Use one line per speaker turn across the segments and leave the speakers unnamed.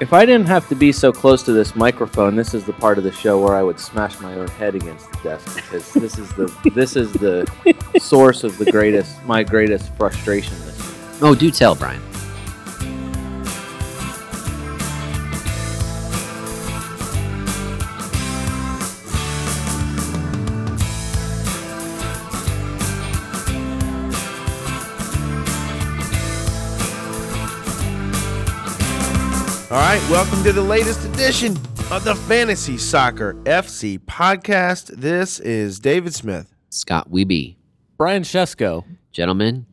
If I didn't have to be so close to this microphone, this is the part of the show where I would smash my own head against the desk because this is the this is the source of the greatest my greatest frustration this year.
Oh, do tell, Brian.
All right, welcome to the latest edition of the Fantasy Soccer FC podcast. This is David Smith.
Scott Weeby.
Brian Shesko.
Gentlemen,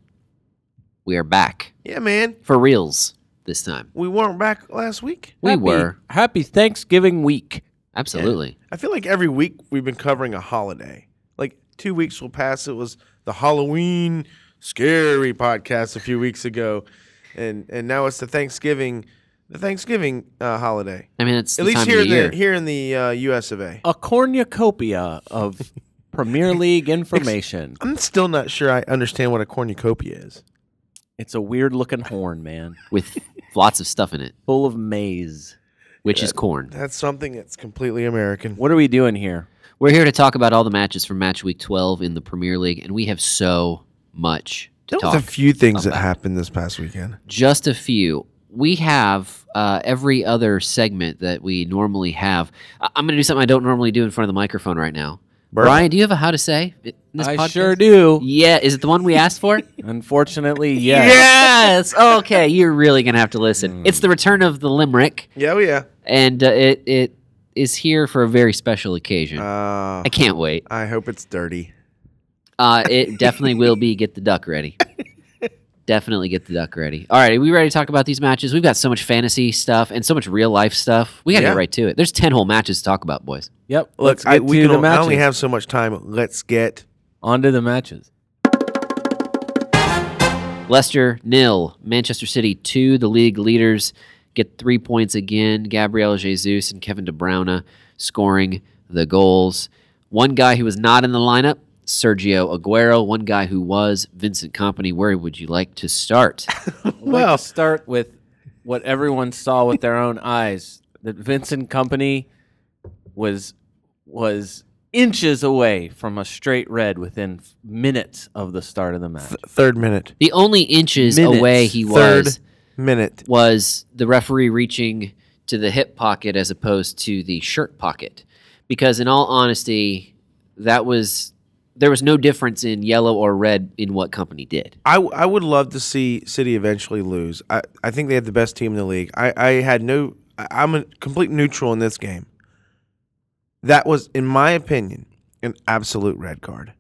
we are back
Yeah, man,
for reals this time.
we weren't back last week.
We were.
Happy Thanksgiving week.
Absolutely.
I feel like every week we've been covering a holiday. Like two weeks will pass. It was the Halloween scary podcast a few weeks ago, and and now it's the Thanksgiving, the Thanksgiving uh, holiday.
I mean, it's
At
the
least
time
here
of
in
the year.
the here in the uh, U.S. of A.
A cornucopia of Premier League information.
I'm still not sure I understand what a cornucopia is.
It's a weird looking horn, man,
With lots of stuff in it,
full of maize.
which is corn.
That's something that's completely American.
What are we doing here?
We're here to talk about all the matches from match week 12 in the Premier League, and we have so much to
There
talk
was a few things that happened this past weekend.
just a few. We have uh, every other segment that we normally have. I- am going to do something I don't normally do in front of the microphone right now.
Burp.
Brian, do you have a how to say? in this
I
podcast?
sure do.
Yeah, is it the one we asked for?
Unfortunately, yes.
yes. Okay, you're really going to have to listen. It's the return of the limerick,
Yeah, oh yeah.
and uh, it it is here for a very special occasion.
Uh,
I can't wait.
I hope it's dirty.
Uh, it definitely will be. Get the duck ready. definitely get the duck ready. All right, are we ready to talk about these matches? We've got so much fantasy stuff and so much real life stuff. We got to
Yeah.
get right to it. There's ten whole matches to talk about, boys.
Yep.
Look,
Let's get
I, we
to
can
the
o- I
matches.
only have so much time. Let's get
Onto the matches.
Leicester nil, Manchester City two. The league leaders get three points again. Gabriel Jesus and Kevin De Bruyne scoring the goals. One guy who was not in the lineup, Sergio Aguero. One guy who was, Vincent Company. Where would you like to start?
well, like to start with what everyone saw with their own eyes that Vincent Company was was inches away from a straight red within f- minutes of the start of the match.
third minute.
The only inches
Minutes.
away he
Third
was
minute.
was the referee reaching to the hip pocket as opposed to the shirt pocket. Because in all honesty, that was there was no difference in yellow or red in what company did.
I, w- I would love to see City eventually lose. I, I think they had the best team in the league. I, I had no. I- I'm a complete neutral in this game. That was, in my opinion, an absolute red card.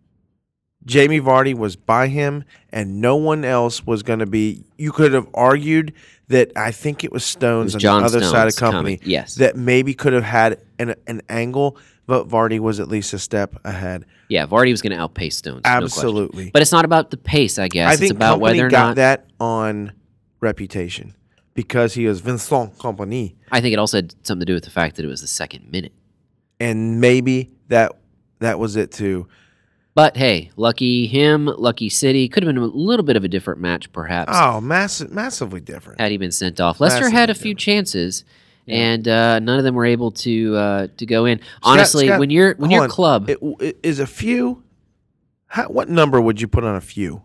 Jamie Vardy was by him, and no one else was going to be. You could have argued that I think it was Stones
It was
on
John
the other side
Stones
of company.
coming, yes.
that maybe could have had an an angle, but Vardy was at least a step ahead.
Yeah, Vardy was going to outpace Stones. no question.
Absolutely.
but it's not about the pace, I guess.
I think
it's about
Company
whether or
got
not.
that on reputation because he was Vincent Company,
I think it also had something to do with the fact that it was the second minute.
and maybe that that was it too.
But hey, lucky him, lucky City. Could have been a little bit of a different match, perhaps.
Oh, massive, massively different.
had he been sent off. Leicester
Massively
had a few chances, and uh, none of them were able to uh, to go in. Honestly,
Scott-
when you're when
hold
your
on.
club
It- it is a few. How, what number would you put on a few?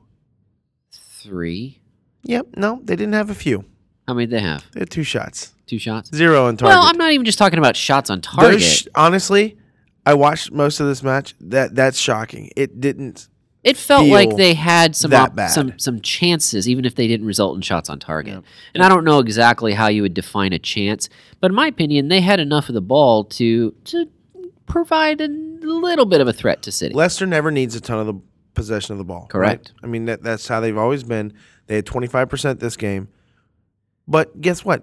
three,
Yep. No, they didn't have a few.
how many did they have?
They had two shots,
Two shots.
zero on target.
Well, I'm not even just talking about shots on
Those
target.
sh- honestly, I watched most of this match. That that's shocking. It didn't.
it felt
feel
like they had some
that
op-
bad.
some some chances, even if they didn't result in shots on target. And I don't know exactly how you would define a chance, but in my opinion, they had enough of the ball to to provide a little bit of a threat to City.
Leicester never needs a ton of the possession of the ball. right?
Correct.
I mean that that's how they've always been. They had 25% this game. But guess what?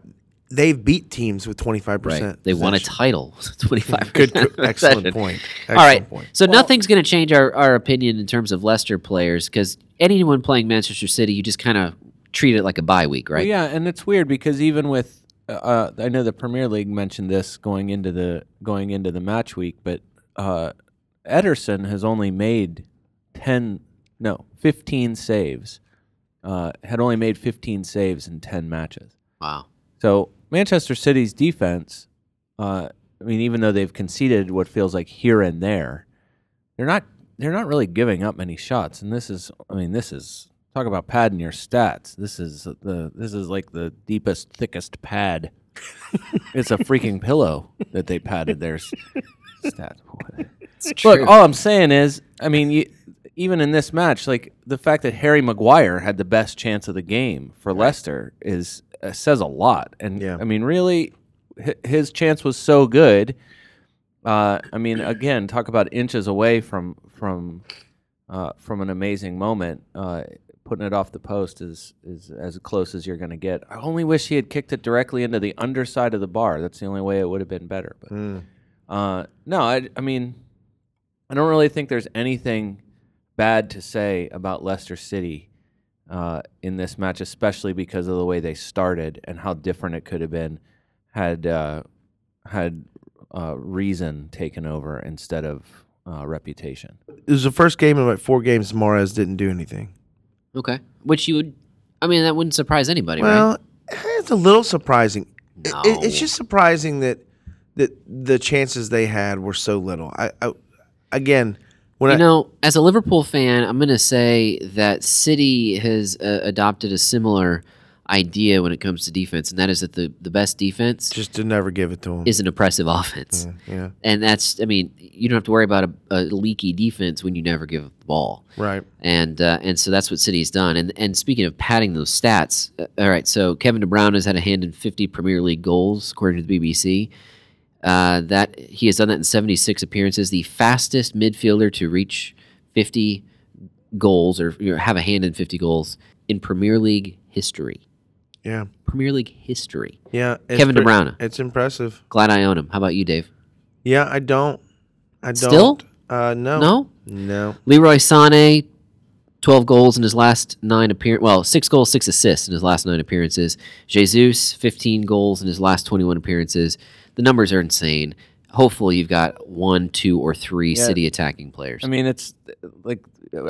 They've beat teams with 25%.
Right. They won a
possession.
title. Twenty five.
Good excellent point. Excellent
All right.
point.
So nothing's going to change our, our opinion in terms of Leicester players because anyone playing Manchester City, you just kind of treat it like a bye week,
Well,
right?
uh, yeah, and it's weird because even with uh, uh, I know the Premier League mentioned this going into the going into the match week, but uh, Ederson has only made ten no fifteen saves. Uh, had only made fifteen saves in ten matches.
Wow.
So Manchester City's defense, uh, I mean, even though they've conceded what feels like here and there, they're not they're not really giving up many shots. And this is, I mean, this is talk about padding your stats. This is the this is like the deepest, thickest pad. it's a freaking pillow that they padded their s- stat.
It's
Look, all I'm saying is, I mean, you, even in this match, like the fact that Harry Maguire had the best chance of the game for Leicester is uh, says a lot. And
Yeah.
I mean, really, hi- his chance was so good. Uh, I mean, again, talk about inches away from from uh, from an amazing moment. Uh, putting it off the post is is as close as you're going to get. I only wish he had kicked it directly into the underside of the bar. That's the only way it would have been better. But uh, no, I, I mean, I don't really think there's anything bad to say about Leicester City uh, in this match, especially because of the way they started and how different it could have been had uh, had uh, reason taken over instead of uh, reputation.
It was the first game in like four games. Mares didn't do anything.
okay. Which you would, I mean, that wouldn't surprise anybody, right?
Well, it's a little surprising. It-
No.
it- it's just surprising that that the chances they had were so little. I, I again when
You
I
know, as a Liverpool fan, I'm going to say that City has uh, adopted a similar idea when it comes to defense, and that is that the, the best defense
just to never give it to them.
is an oppressive offense.
yeah,
And that's, I mean, you don't have to worry about a, a leaky defense when you never give up the ball.
right.
and uh, and so that's what City's done. And and speaking of padding those stats, uh, all right. So Kevin De Bruyne has had a hand in 50 Premier League goals, according to the BBC. Uh, that he has done that in 76 appearances, the fastest midfielder to reach 50 goals or you know, have a hand in 50 goals in Premier League history.
Yeah,
Premier League history.
yeah. it's
Kevin De
pre-
Bruyne.
It's impressive.
Glad I own him. How about you, Dave?
Yeah, I don't. I don't.
Still?
Uh, no.
No.
No.
Leroy Sané, 12 goals in his last nine appearances. Well, six goals, six assists in his last nine appearances. Jesus, 15 goals in his last 21 appearances. The numbers are insane. Hopefully, you've got one, two, or three
Yeah.
city attacking players.
I mean, it's uh, like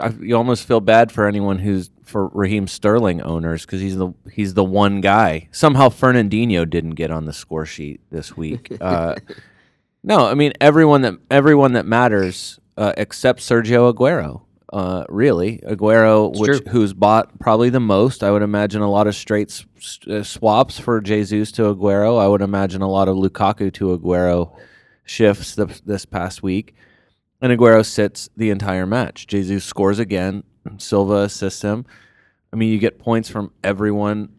I, you almost feel bad for anyone who's for Raheem Sterling owners because he's the he's the one guy. Somehow Fernandinho didn't get on the score sheet this week. Uh, no, I mean everyone that everyone that matters uh, except Sergio Aguero. Uh, really, Aguero, which who's bought probably the most. I would imagine a lot of straight s- s- uh, swaps for Jesus to Aguero. I would imagine a lot of Lukaku to Aguero shifts th- this past week. And Aguero sits the entire match. Jesus scores again. Silva assists him. I mean, you get points from everyone,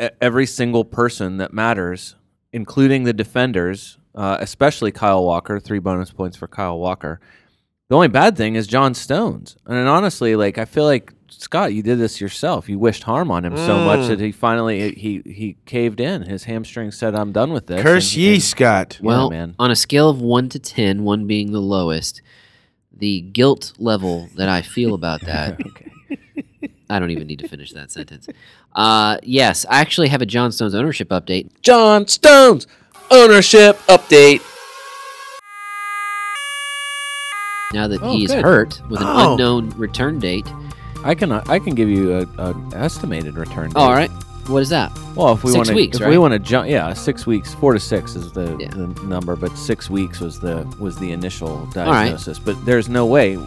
e- every single person that matters, including the defenders, uh, especially Kyle Walker. Three bonus points for Kyle Walker. The only bad thing is John Stones. And honestly, like I feel like Scott, you did this yourself. You wished harm on him so much that he finally he he caved in. His hamstring said, "I'm done with this."
Curse
And-
ye,
and-
Scott.
Yeah,
well,
man.
on a scale of one to 10, one being the lowest, the guilt level that I feel about that. I don't even need to finish that sentence. Uh, yes, I actually have a John Stones ownership update.
John Stones ownership update.
Now that
Oh,
he's
good.
hurt with an
Oh.
unknown return date.
I can uh, I can give you a, an estimated return. Date.
all right. What is that?
Well, if we
Six
want to,
weeks,
if
right?
we want to jump, yeah, six weeks, four to six is the,
Yeah.
the number, but six weeks was the was the initial
right.
diagnosis. But there's no way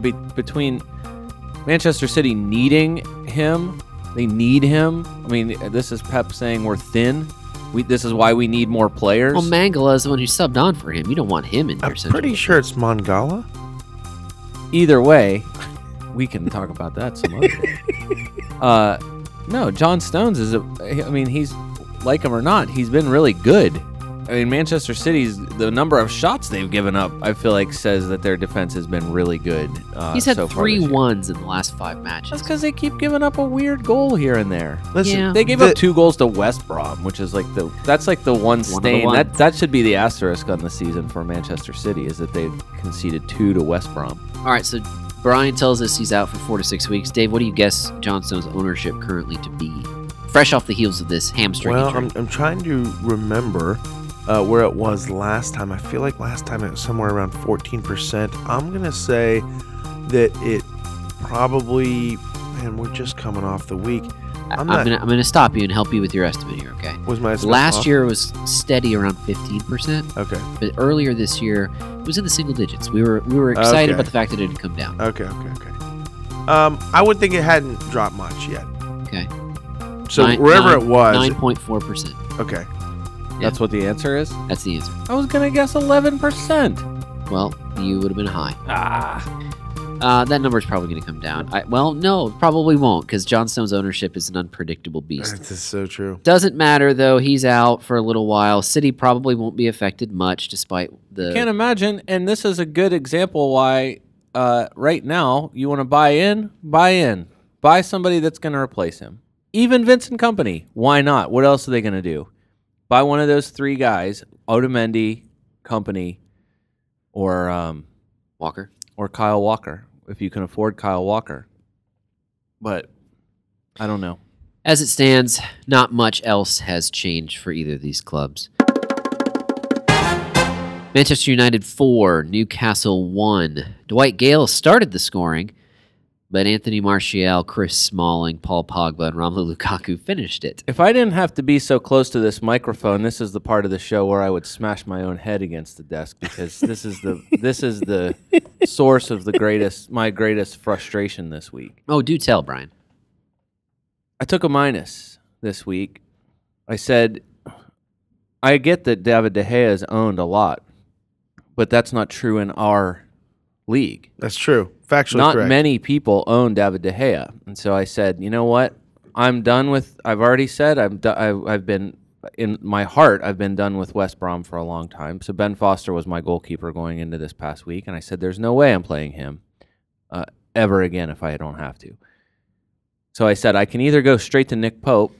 be, between Manchester City needing him, they need him. I mean, this is Pep saying we're thin. We this is why we need more players.
Well, Mangala is the one who subbed on for him. You don't want him in your
I'm pretty sure it's Mongala.
Either way, we can talk about that some other day. Uh, no, John Stones is a. I mean, he's like him or not, he's been really good. I mean, Manchester City's the number of shots they've given up. I feel like says that their defense has been really good. Uh,
He's had
so far
three
this year.
ones in the last five
That's
matches.
because they keep giving up a weird goal here and there.
Listen,
Yeah.
They gave
The-
up two goals to West Brom, which is like the that's like the one
the
stain
ones.
that that should be the asterisk on the season for Manchester City is that they conceded two to West Brom.
All right, so Brian tells us he's out for four to six weeks. Dave, what do you guess John Stone's ownership currently to be? Fresh off the heels of this hamstring
Well,
injury.
I'm, I'm trying to remember uh, where it was last time. I feel like last time it was somewhere around 14%. I'm going to say that it probably, man, we're just coming off the week.
I'm,
not-
gonna, I'm gonna stop you and help you with your estimate here, okay?
Was my estimate
Last
off?
year was steady around 15%,
Okay.
but earlier this year it was in the single digits. We were we were excited
Okay.
about the fact that it had come down.
Okay. Okay. Okay. Um, I would think it hadn't dropped much yet.
Okay.
So
Nine-
wherever
nine-
it was,
9.4%.
okay.
That's what the answer is.
That's the answer.
I was gonna guess eleven percent.
Well, you would have been high.
Ah,
Uh, that number is probably going to come down. I, well, no, probably won't because Johnstone's ownership is an unpredictable beast.
This is so true.
Doesn't matter though. He's out for a little while. City probably won't be affected much, despite the.
can't imagine. And this is a good example why, uh, right now, you want to buy in, buy in, buy somebody that's gonna replace him. Even Vincent Company. Why not? What else are they gonna do? Buy one of those three guys: Otamendi, Company, or um,
Walker.
or Kyle Walker, if you can afford Kyle Walker. But I don't know.
As it stands, not much else has changed for either of these clubs. Manchester United 4, Newcastle 1. Dwight Gale started the scoring, but Anthony Martial, Chris Smalling, Paul Pogba, and Romelu Lukaku finished it.
If I didn't have to be so close to this microphone, this is the part of the show where I would smash my own head against the desk because this is the this is the source of the greatest my greatest frustration this week.
Oh, do tell, Brian.
I took a minus this week. I said I get that David De Gea is owned a lot, but that's not true in our league.
That's true. Factually
not
correct.
many people own David De Gea, and so I said, you know what? I'm done with. I've already said I'm. Do- I've, I've been in my heart. I've been done with West Brom for a long time. So Ben Foster was my goalkeeper going into this past week, and I said, there's no way I'm playing him uh, ever again if I don't have to. So I said I can either go straight to Nick Pope,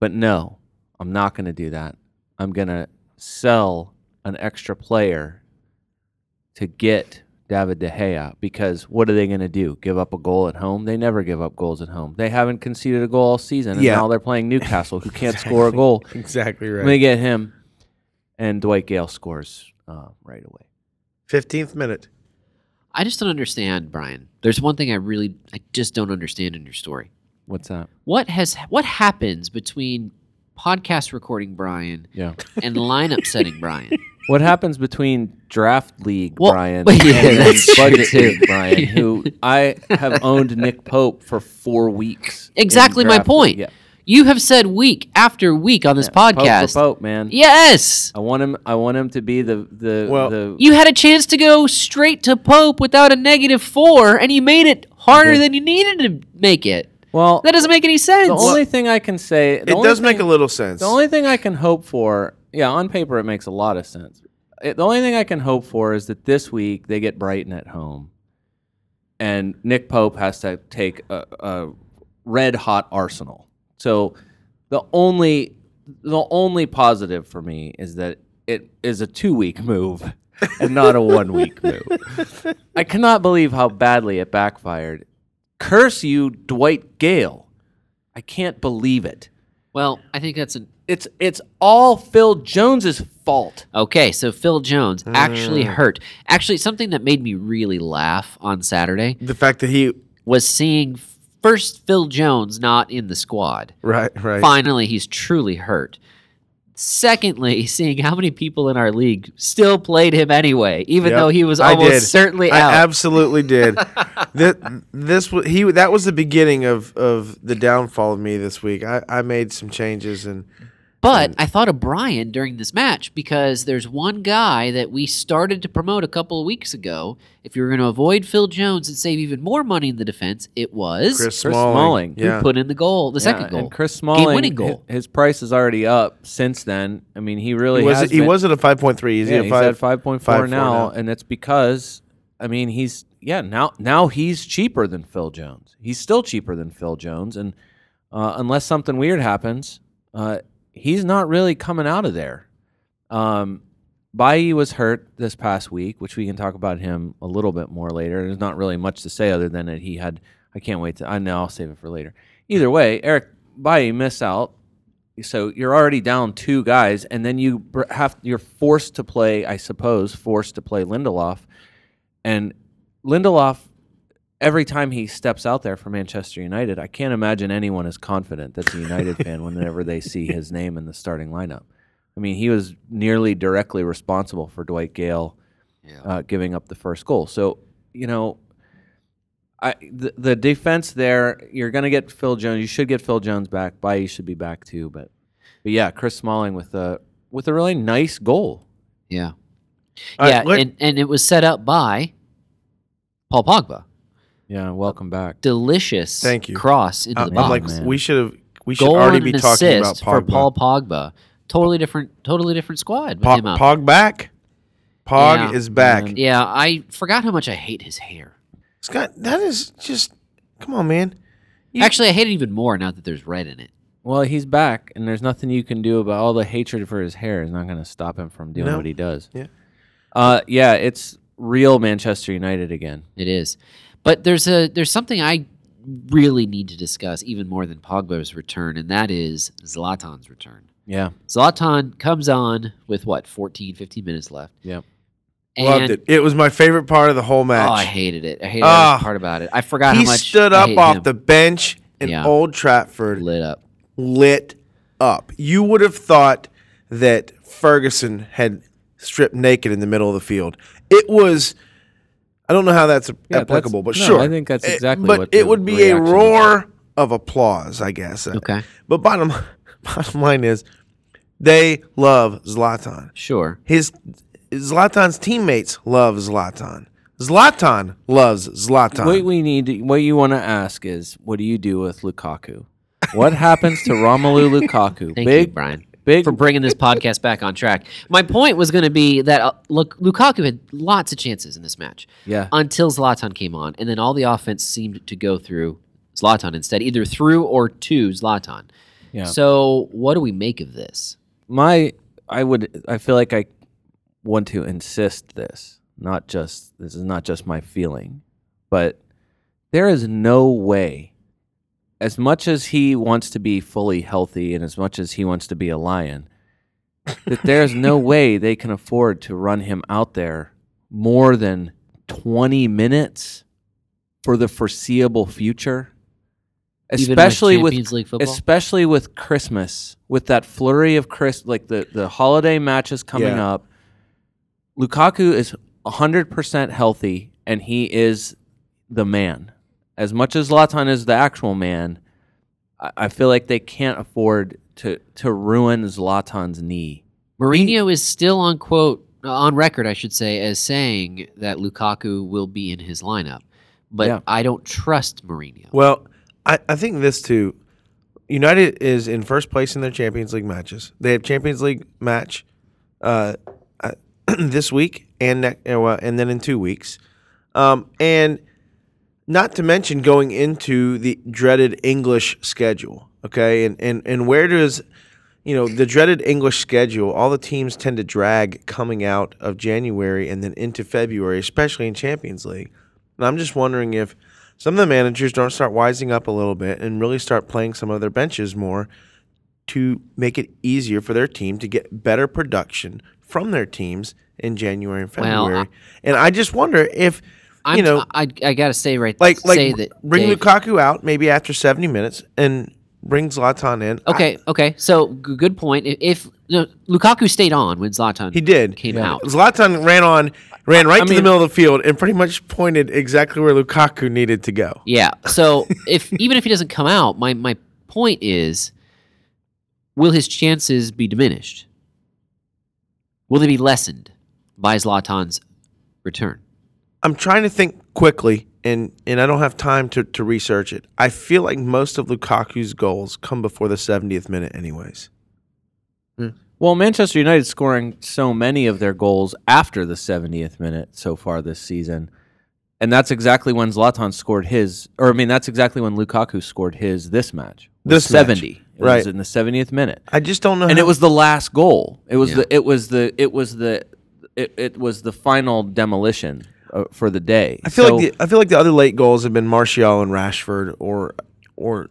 but no, I'm not going to do that. I'm going to sell an extra player to get David De Gea because what are they going to do? Give up a goal at home? They never give up goals at home. They haven't conceded a goal all season, and
Yeah.
now they're playing Newcastle, who can't score a goal.
Exactly
I'm going
right.
to get him, and Dwight Gale scores uh, right away.
Fifteenth minute.
I just don't understand, Brian. There's one thing I really, I just don't understand in your story.
What's that?
What has, what happens between podcast recording Brian
Yeah.
and lineup setting Brian?
What happens between draft league
Well,
Brian
yeah,
and
that's true.
budget league Brian, who I have owned Nick Pope for four weeks? in
Exactly my
draft league.
point.
Yeah.
You have said week after week on this
Pope for
podcast.
Pope, Oh. man.
Yes.
I want him. I want him to be the the
Well,
the
You had a chance to go straight to Pope without a negative four, and you made it harder
did.
than you needed to make it.
well.
That doesn't make any sense.
The only thing I can say the
It
only
does make a
thing-
little sense.
The only thing I can hope for, yeah, on paper it makes a lot of sense. It, the only thing I can hope for is that this week they get Brighton at home, and Nick Pope has to take a, a red hot Arsenal. So the only the only positive for me is that it is a two week move and not a one week move. I cannot believe how badly it backfired. Curse you, Dwight Gale. I can't believe it.
well, I think that's an
It's it's all Phil Jones's fault.
Okay, so Phil Jones actually
Uh.
hurt. Actually, something that made me really laugh on Saturday
the fact that he
was seeing first Phil Jones not in the squad.
right right.
Finally, he's truly hurt. Secondly, seeing how many people in our league still played him anyway, even
Yep.
though he was
I
almost
did.
certainly
I
out.
absolutely did. this, this wa- he that was the beginning of of the downfall of me this week. I I made some changes and
but I thought of Brian during this match because there's one guy that we started to promote a couple of weeks ago. If you were going to avoid Phil Jones and save even more money in the defense, it was
Chris,
Chris Smalling,
Smalling.
who
who put in the goal, the second goal.
And Chris Smalling,
Game-winning
hi-
goal.
His, price is already up since then. I mean, he really
He was,
has
he
been-
was at a five point three. He's
yeah,
at
he's
five.
at five point four
5.4
now,
now.
and it's because I mean he's yeah now now he's cheaper than Phil Jones. He's still cheaper than Phil Jones, and uh, unless something weird happens, uh, he's not really coming out of there. Um, Bailly was hurt this past week, which we can talk about him a little bit more later. There's not really much to say other than that he had. I can't wait to. I know I'll save it for later. Either way, Eric Bailly miss out. So you're already down two guys, and then you br- have you're forced to play. I suppose forced to play Lindelof, and Lindelof. every time he steps out there for Manchester United, I can't imagine anyone is confident that's a United fan whenever they see his name in the starting lineup. I mean, he was nearly directly responsible for Dwight Gale
Yeah.
uh, giving up the first goal. So, you know, I the, the defense there, you're going to get Phil Jones. You should get Phil Jones back. Baye should be back too. But, but yeah, Chris Smalling with a, with a really nice goal.
Yeah.
All right,
yeah,
let-
and, and it was set up by Paul Pogba.
Yeah, welcome back.
Delicious
Thank you.
cross into
I-
the
I'm
box.
like,
man.
we should have. We should
Goal
already
and
be
an
talking about
assist for
Pogba.
Paul Pogba. Totally different totally different squad with
Pog,
him up.
Pog back. Pog
Yeah.
is back.
And-
yeah, I forgot how much I hate his hair.
Scott, that is just. Come on, man. You-
Actually, I hate it even more now that there's red in it.
Well, he's back, and there's nothing you can do about all the hatred for his hair. Is not going to stop him from doing
No.
what he does.
Yeah.
Uh, yeah, it's real Manchester United again.
It is. But there's a there's something I really need to discuss even more than Pogba's return, and that is Zlatan's return.
Yeah.
Zlatan comes on with what 14, 15 minutes left.
Yeah.
Loved it. It was my favorite part of the whole
Oh, I
match.
hated it. I hated every
Ah.
part about it. I forgot
he
how much
stood
I
up
hate
off
him.
the bench in
Yeah.
Old Trafford,
lit up.
lit up. You would have thought that Ferguson had stripped naked in the middle of the field. It was. I don't know how that's
Yeah,
applicable,
that's-
but
no,
sure.
I think that's
It-
exactly
but
what
it
the
would be a
reaction
roar of applause, I guess.
Okay,
But bottom bottom line is, they love Zlatan.
sure.
His Zlatan's teammates love Zlatan. Zlatan loves Zlatan.
What we need, to- what you want to ask is, what do you do with Lukaku? What happens to Romelu Lukaku?
Thank
big,
you, Brian,
big.
for bringing this podcast back on track. My point was going to be that uh, look, Lukaku had lots of chances in this match
yeah.
until Zlatan came on, and then all the offense seemed to go through Zlatan instead, either through or to Zlatan.
Yeah.
So, what do we make of this?
my I would I feel like I want to insist this, not just this is not just my feeling, but there is no way as much as he wants to be fully healthy and as much as he wants to be a lion that there's no way they can afford to run him out there more than 20 minutes for the foreseeable future especially
Even with
with
Champions League football.
especially with Christmas, with that flurry of Chris, like the the holiday matches coming
Yeah.
up. Lukaku is hundred percent healthy, and he is the man. As much as Latan is the actual man, I, I feel like they can't afford to to ruin Zlatan's knee.
Mourinho is still on quote uh, on record, I should say, as saying that Lukaku will be in his lineup, but
Yeah.
I don't trust Mourinho.
Well, I, I think this too. United is in first place in their Champions League matches. They have Champions League match uh, uh, this week and ne- uh, well, and then in two weeks, um, and not to mention going into the dreaded English schedule. Okay, and and and where does you know the dreaded English schedule? All the teams tend to drag coming out of January and then into February, especially in Champions League. And I'm just wondering if some of the managers don't start wising up a little bit and really start playing some of their benches more to make it easier for their team to get better production from their teams in January and
Well, I-
February. and I just wonder if
I'm,
you know
I, I gotta say right,
like like
say that
bring
Dave-
Lukaku out maybe after 70 minutes and bring Zlatan in. I-
Okay, okay. So g- good point. If, if no, Lukaku stayed on when Zlatan
he did.
came out,
Zlatan ran on ran right to the
mean-
middle of the field and pretty much pointed exactly where Lukaku needed to go.
yeah. So if even if he doesn't come out, my my point is, will his chances be diminished? Will they be lessened by Zlatan's return?
I'm trying to think quickly and and I don't have time to to research it. I feel like most of Lukaku's goals come before the 70th minute anyways.
Well, Manchester United scoring so many of their goals after the 70th minute so far this season. And that's exactly when Zlatan scored his, or I mean, that's exactly when Lukaku scored his this match. was
This match,
70. It was
right.
in the 70th minute.
I just don't know
And
how-
it was the last goal. It was
Yeah.
the, it was the, it was the, it, it was the final demolition uh, for the day.
I feel
So-
like the, I feel like the other late goals have been Martial and Rashford or or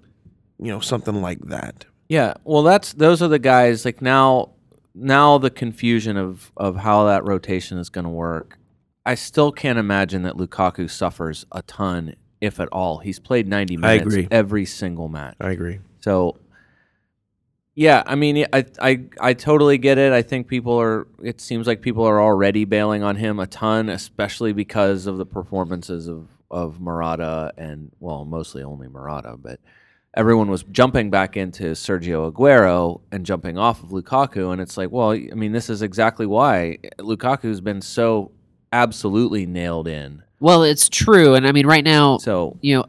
you know something like that.
Yeah, well, that's those are the guys. Like now, now the confusion of of how that rotation is going to work. I still can't imagine that Lukaku suffers a ton if at all. He's played 90
I
minutes
agree.
every single match.
I agree.
So yeah, I mean I I I totally get it. I think people are it seems like people are already bailing on him a ton, especially because of the performances of of Murata and well, mostly only Murata, but everyone was jumping back into Sergio Aguero and jumping off of Lukaku and it's like, well, I mean this is exactly why Lukaku's been so absolutely nailed in.
Well, it's true, and I mean, right now,
So,
you know,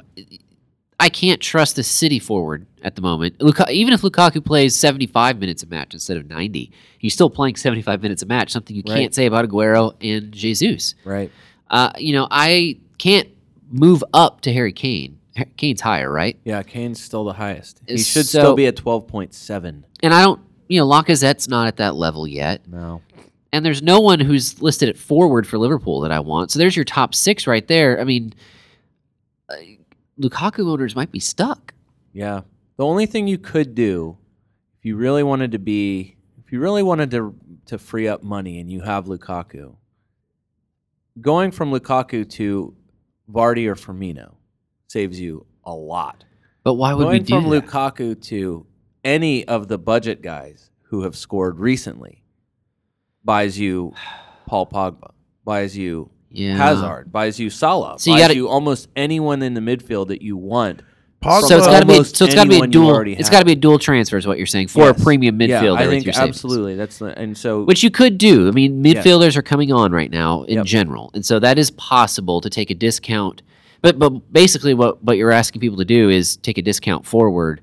I can't trust the City forward at the moment. Luka- even if Lukaku plays 75 minutes a match instead of 90, he's still playing 75 minutes a match, something you
Right.
can't say about Aguero and Jesus.
right.
Uh, you know, I can't move up to Harry Kane. Har- Kane's higher, right?
Yeah, Kane's still the highest. He
Is
should
so-
still be at 12.7.
And I don't, you know, Lacazette's not at that level yet.
No.
and there's no one who's listed at forward for Liverpool that I want. So there's your top six right there. I mean, uh, Lukaku owners might be stuck.
Yeah. The only thing you could do if you really wanted to be if you really wanted to to free up money and you have Lukaku, going from Lukaku to Vardy or Firmino saves you a lot.
But why would we
going
do
from
that?
Lukaku to any of the budget guys who have scored recently buys you Paul Pogba, buys you
yeah.
Hazard, buys you Salah,
So you
buys
gotta-
you almost anyone in the midfield that you want.
Pogba,
So it's got to be.
almost
So it's got to be a
anyone you
dual.
already
It's
have.
got to be a dual transfer is what you're saying for
Yes.
a premium midfielder.
Yeah, I
with
think
your savings.
absolutely. That's the, and so
Which you could do. I mean,
Yes.
midfielders are coming on right now in
Yep.
general, and so that is possible to take a discount. But but basically, what what you're asking people to do is take a discount forward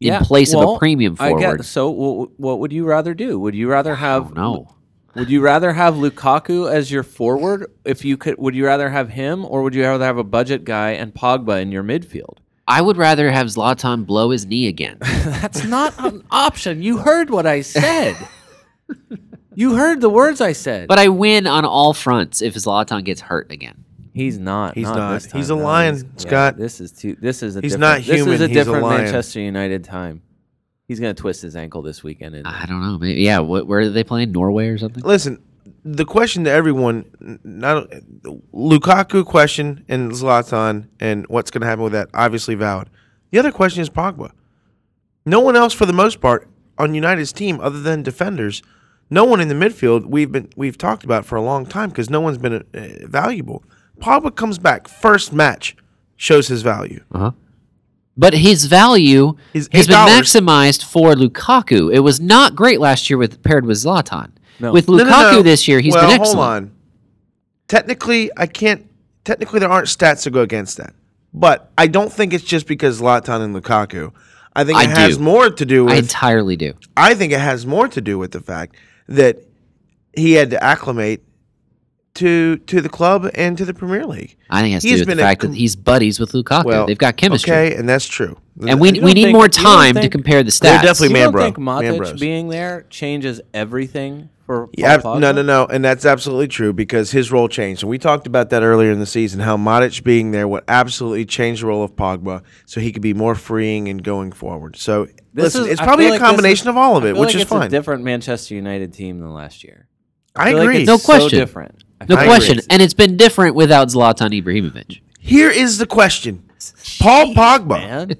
in
yeah,
place of
well,
a premium
I
forward.
get, so wh- what would you rather do? Would you rather
I
have
don't know.
Would you rather have Lukaku as your forward if you could? Would you rather have him or would you rather have a budget guy and Pogba in your midfield?
I would rather have Zlatan blow his knee again.
That's not an option. You heard what I said. you heard the words I said.
but I win on all fronts if Zlatan gets hurt again.
He's not.
He's not.
this time,
He's a
no,
lion, Scott.
this is too. This is a.
He's
different,
not
This
human,
is a
he's a
different
lion.
Manchester United time. He's gonna twist his ankle this weekend. Isn't he?
I don't know. Maybe, yeah, what, where are they playing? Norway or something?
Listen, the question to everyone, n- not Lukaku question and Zlatan and what's going to happen with that, obviously valid. The other question is Pogba. No one else, for the most part, on United's team, other than defenders, no one in the midfield we've been we've talked about for a long time because no one's been uh, valuable. Pogba comes back first match, shows his value.
Uh huh. But his value
His
has been
$8.
maximized for Lukaku. It was not great last year with paired with Zlatan.
No.
With Lukaku
No, no, no.
this year, he's
well,
been excellent.
hold on. Technically, I can't. Technically, there aren't stats to go against that. But I don't think it's just because Zlatan and Lukaku. I think
I
it has
do.
more to do
I
with.
entirely do.
I think it has more to do with the fact that he had to acclimate to to the club and to the Premier League.
I think it has to
He's
do with the
been a
fact
com-
that he's buddies with Lukaku.
Well,
They've got chemistry.
Okay, and that's true.
And we,
You
we
don't
need
think-
more
you don't
time to
think-
compare the stats.
They're definitely-
you
Man
don't
bro.
think
Man
Matic
bros.
being there changes everything for Paul
Yeah,
Pogba?
no, no, no, and that's absolutely true because his role changed, and we talked about that earlier in the season. How Matic being there would absolutely change the role of Pogba, so he could be more freeing and going forward. So
This
listen,
is-
it's
I
probably
feel
a
like this
combination
is-
of all of
I
it,
feel
which
like
is
it's
fine.
A different Manchester United team than last year.
I
feel like
agree.
it's
No
so
question.
different. I
No
feel like
question.
it's-
And it's been different without Zlatan Ibrahimovic.
Here is the question: Paul Pogba
Man,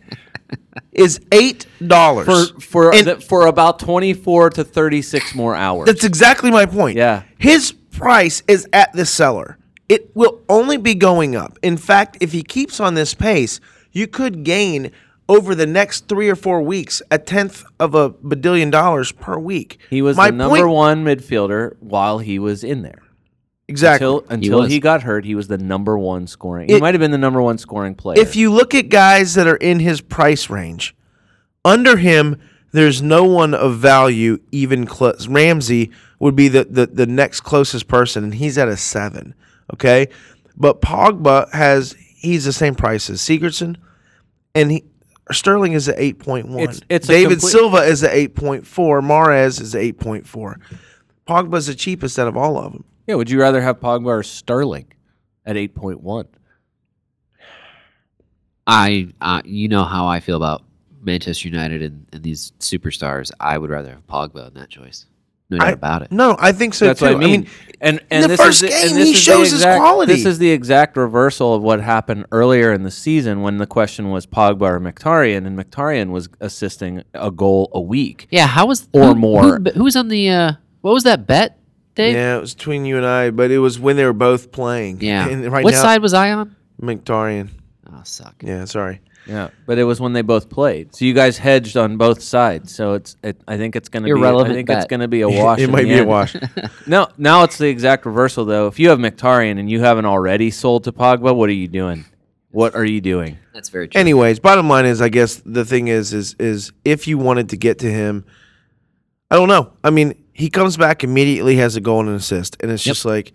is eight
for
dollars
for
And-
the- for about twenty four to thirty six more hours.
That's exactly my point.
Yeah.
His price is at the seller. It will only be going up. In fact, if he keeps on this pace, you could gain over the next three or four weeks a tenth of a badillion dollars per week.
he was the number one midfielder while he was in there.
Exactly.
Until until
was.
he, got hurt, he was the number one scoring. he
It-
might have been the number one scoring player.
if you look at guys that are in his price range, under him, there's no one of value even close. Ramsey would be the, the, the next closest person, and he's at a seven. Okay. But Pogba has, he's the same price as Sigurdsson, and he, Sterling is at 8.1.
It's- it's a
David
complete-
Silva is at 8.4. Mares is at 8.4. Pogba's the cheapest out of all of them.
yeah, would you rather have Pogba or Sterling at eight point one?
I, uh, you know how I feel about Manchester United and, and these superstars. I would rather have Pogba in that choice. no doubt about it.
No, I think so
That's
too.
what I mean. and and
the
this
first
is the,
game,
and this
he
is the
shows his
exact-
quality.
This is the exact reversal of what happened earlier in the season when the question was Pogba or Mkhitaryan, and Mkhitaryan was assisting a goal a week.
Yeah, how was
Or
who-
more.
Who, who was on the uh, what was that bet, Dave?
yeah, it was between you and I, but it was when they were both playing.
Yeah.
And right
what
now,
side was I on?
Mkhitaryan.
Oh, suck.
Yeah, sorry.
Yeah, but it was when they both played. So you guys hedged on both sides. So it's it, I think it's going to be
Irrelevant
I think
bet.
it's going to be a wash.
it
in
might
the
be a
end.
wash.
No, now it's the exact reversal though. If you have Mkhitaryan and you haven't already sold to Pogba, what are you doing? What are you doing?
That's very true.
Anyways, bottom line is, I guess the thing is, is, is if you wanted to get to him, I don't know. I mean, he comes back immediately, has a goal and an assist, and it's just like,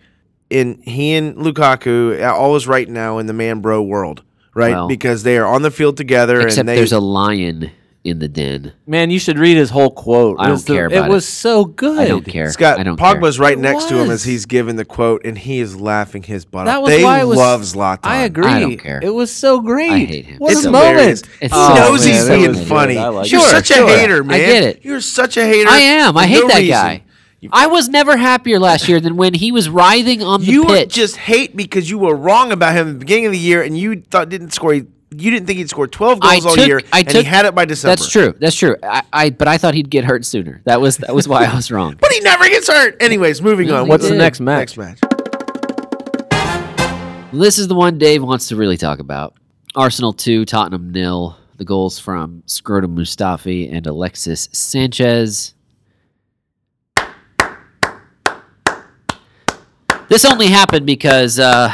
in he and Lukaku are always right now in the man bro world, right?
Well.
because they are on the field together,
Except
and they,
there's a lion in the den.
Man, you should read his whole quote.
I
It was
don't care
the-
about
It was so good.
I don't care.
Scott
I don't
Pogba's right
It
next to him
was.
as he's giving the quote, and he is laughing his butt
That
off.
was
they
why I was.
love Zlatan.
I agree.
I don't care.
It was so great.
I hate him.
What
It's
a
hilarious.
moment.
It's
he
so
knows
man,
he's
that
being
was good.
funny.
I like
You're
it.
such a
Sure,
hater,
sure.
man.
I get it.
You're such a hater.
care. I am. I
for
hate
no
that
reason.
guy. I was never happier last year than when he was writhing on the
You
pitch.
just hate because you were wrong about him at the beginning of the year, and you thought didn't score. You didn't think he'd score 12
I
goals all
took-
year,
I
and he
took-
had it by December.
That's true. That's true. I, I but I thought he'd get hurt sooner. That was that was why I was wrong.
But he never gets hurt. Anyways, moving on.
he
What's
What's
the
did.
next match?
next match?
This is the one Dave wants to really talk about. Arsenal 2, Tottenham nil. The goals from Scrotum Mustafi and Alexis Sanchez. This only happened because uh,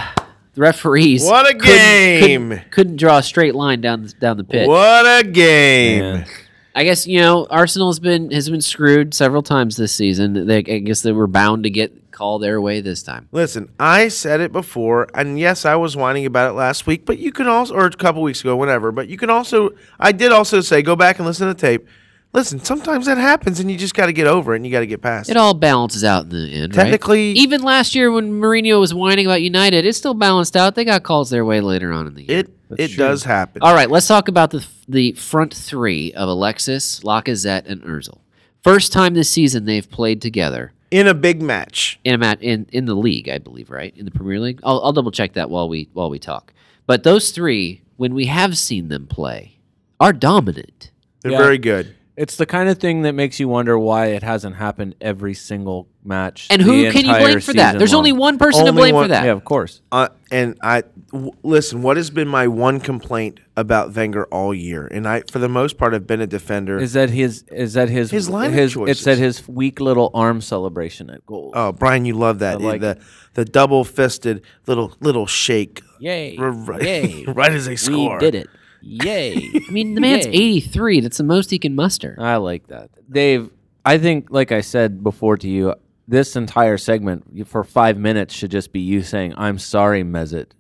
the referees
What a
couldn't- couldn't,
game.
couldn't draw a straight line down the, down the pitch.
What a game!
Man.
I guess you know Arsenal's been has been screwed several times this season. They, I guess they were bound to get called their way this time.
Listen, I said it before, and yes, I was whining about it last week, but you can also, or a couple weeks ago, whatever, but you can also, I did also say, go back and listen to the tape. Listen, sometimes that happens, and you just got to get over it and you got to get past
It
it.
all balances out in the end. right?
Technically,
Even last year when Mourinho was whining about United, it still balanced out. They got calls their way later on in the year.
it, it does happen.
All right, let's talk about the the front three of Alexis, Lacazette, and Özil. First time this season they've played together
In a big match.
in a mat in, in the league, I believe, right? In the Premier League. I'll, I'll double check that while we while we talk. But those three, when we have seen them play, are dominant.
They're
Yeah.
very good.
It's the kind of thing that makes you wonder why it hasn't happened every single match.
And
the
who can you blame
entire
for that?
season
There's
long.
only one person to
Only
blame
one-
for that.
Yeah, of course.
Uh, and I w- listen. What has been my one complaint about Wenger all year, and I, for the most part, have been a defender.
Is that his? Is that his?
His lineup
It's
choices.
that his weak little arm celebration at goal.
oh, Brian, you love that
I like
the the double fisted little little shake
Yay!
r- right,
Yay!
right as they score.
it. Yay!
I mean, the man's
Yay.
83. That's the most he can muster.
I like that. Dave, I think, like I said before to you, this entire segment for five minutes should just be you saying, I'm sorry, Mezit.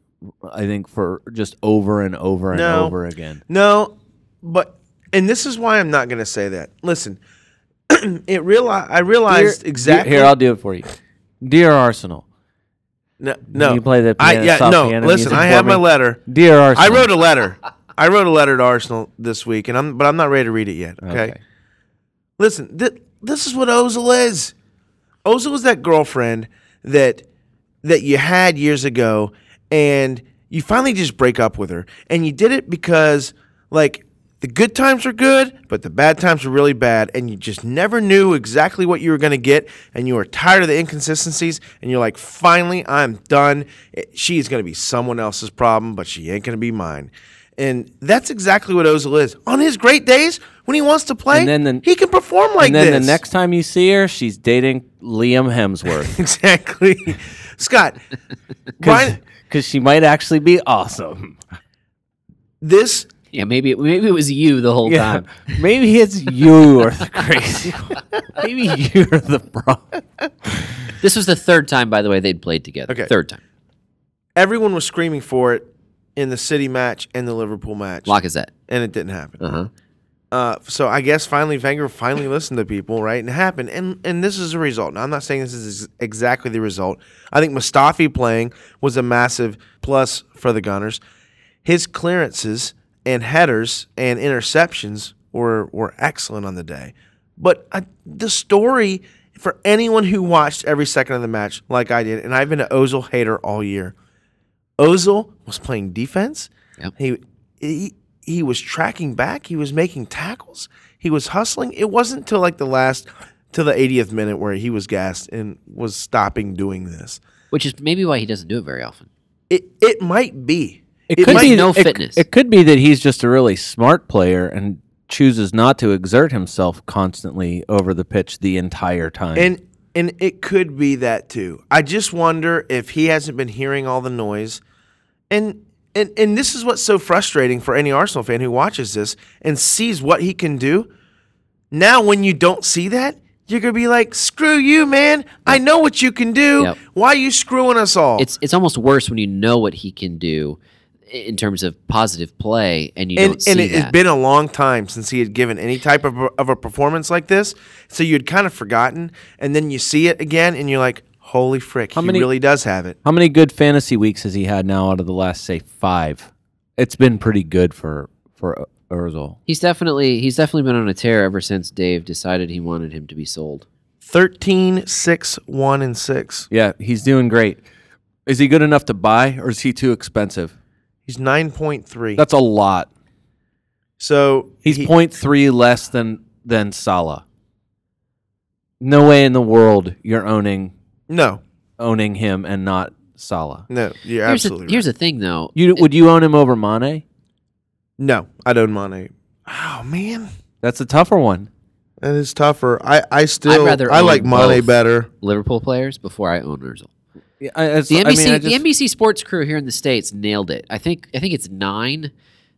I think for just over and over and
No.
over again.
No, but and this is why I'm not going to say that. Listen, it real I realized
Dear-
exactly.
Here, I'll do it for you. Dear Arsenal.
no, no.
you play the
I,
piano-
yeah,
soft
no.
piano
Listen,
music
I
for
have my
me?
letter.
Dear
I
Arsenal.
wrote a letter. I wrote a letter to Arsenal this week, and I'm but I'm not ready to read it yet. Okay. Listen, th- this is what Ozil is. Ozil is that girlfriend that that you had years ago, and you finally just break up with her, and you did it because like the good times were good, but the bad times were really bad, and you just never knew exactly what you were going to get, and you were tired of the inconsistencies, and you're like, finally, I'm done. Eh, It- She's going to be someone else's problem, but she ain't going to be mine. And that's exactly what Ozil is. On his great days, when he wants to play,
And then the-
he can perform like
And then
this.
the next time you see her, she's dating Liam Hemsworth.
exactly, Scott. Brian,
Because she might actually be awesome.
this
Yeah, maybe it, maybe it was you the whole time.
Maybe it's you are the crazy one. Maybe you're the problem.
This was the third time, by the way, they'd played together.
Okay.
Third time.
everyone was screaming for it in the City match and the Liverpool match,
Lacazette.
and it didn't happen.
Uh-huh.
Uh, so I guess finally Wenger finally listened to people, right? And it happened. And and this is the result. Now I'm not saying this is ex- exactly the result. I think Mustafi playing was a massive plus for the Gunners. His clearances and headers and interceptions were were excellent on the day. But I, the uh, story for anyone who watched every second of the match like I did, and I've been an Ozil hater all year. Ozil was playing defense.
Yep.
He, he he was tracking back. He was making tackles. He was hustling. It wasn't till like the last, till the 80th minute where he was gassed and was stopping doing this.
which is maybe why he doesn't do it very often.
It it might be.
It
could
might
be no
it c-
fitness.
It could be that he's just a really smart player and chooses not to exert himself constantly over the pitch the entire time.
And and it could be that too. I just wonder if he hasn't been hearing all the noise. And and and this is what's so frustrating for any Arsenal fan who watches this and sees what he can do. Now when you don't see that, you're going to be like, "Screw you, man. I know what you can do.
Yep.
Why are you screwing us all?"
It's it's almost worse when you know what he can do i- in terms of positive play and you
and,
don't see
and it
that.
had been a long time since he had given any type of a, of a performance like this, so you had kind of forgotten, and then you see it again, and you're like, "Holy frick, he
many-
really does have it."
How many good fantasy weeks has he had now out of the last say 5? It's been pretty good for for Ozil.
he's definitely he's definitely been on a tear ever since Dave decided he wanted him to be sold.
13, 6, 1, and 6.
Yeah, he's doing great. Is he good enough to buy or is he too expensive?
He's 9.3.
That's a lot.
so
He's
he-
0.3 less than than Salah. No way in the world you're owning
No,
owning him and not Salah.
no, you're
here's
absolutely
the,
right.
here's the thing though.
You would you own him over Mane?
No, I don't money. Oh, man.
That's a tougher one.
That is tougher. I, I still,
rather
I
own
like Mane
both.
better.
Liverpool players before I own Urzel.
Yeah, I, it's-
The
I mean,
NBC
I just-
the NBC sports crew here in the states nailed it. I think I think it's nine.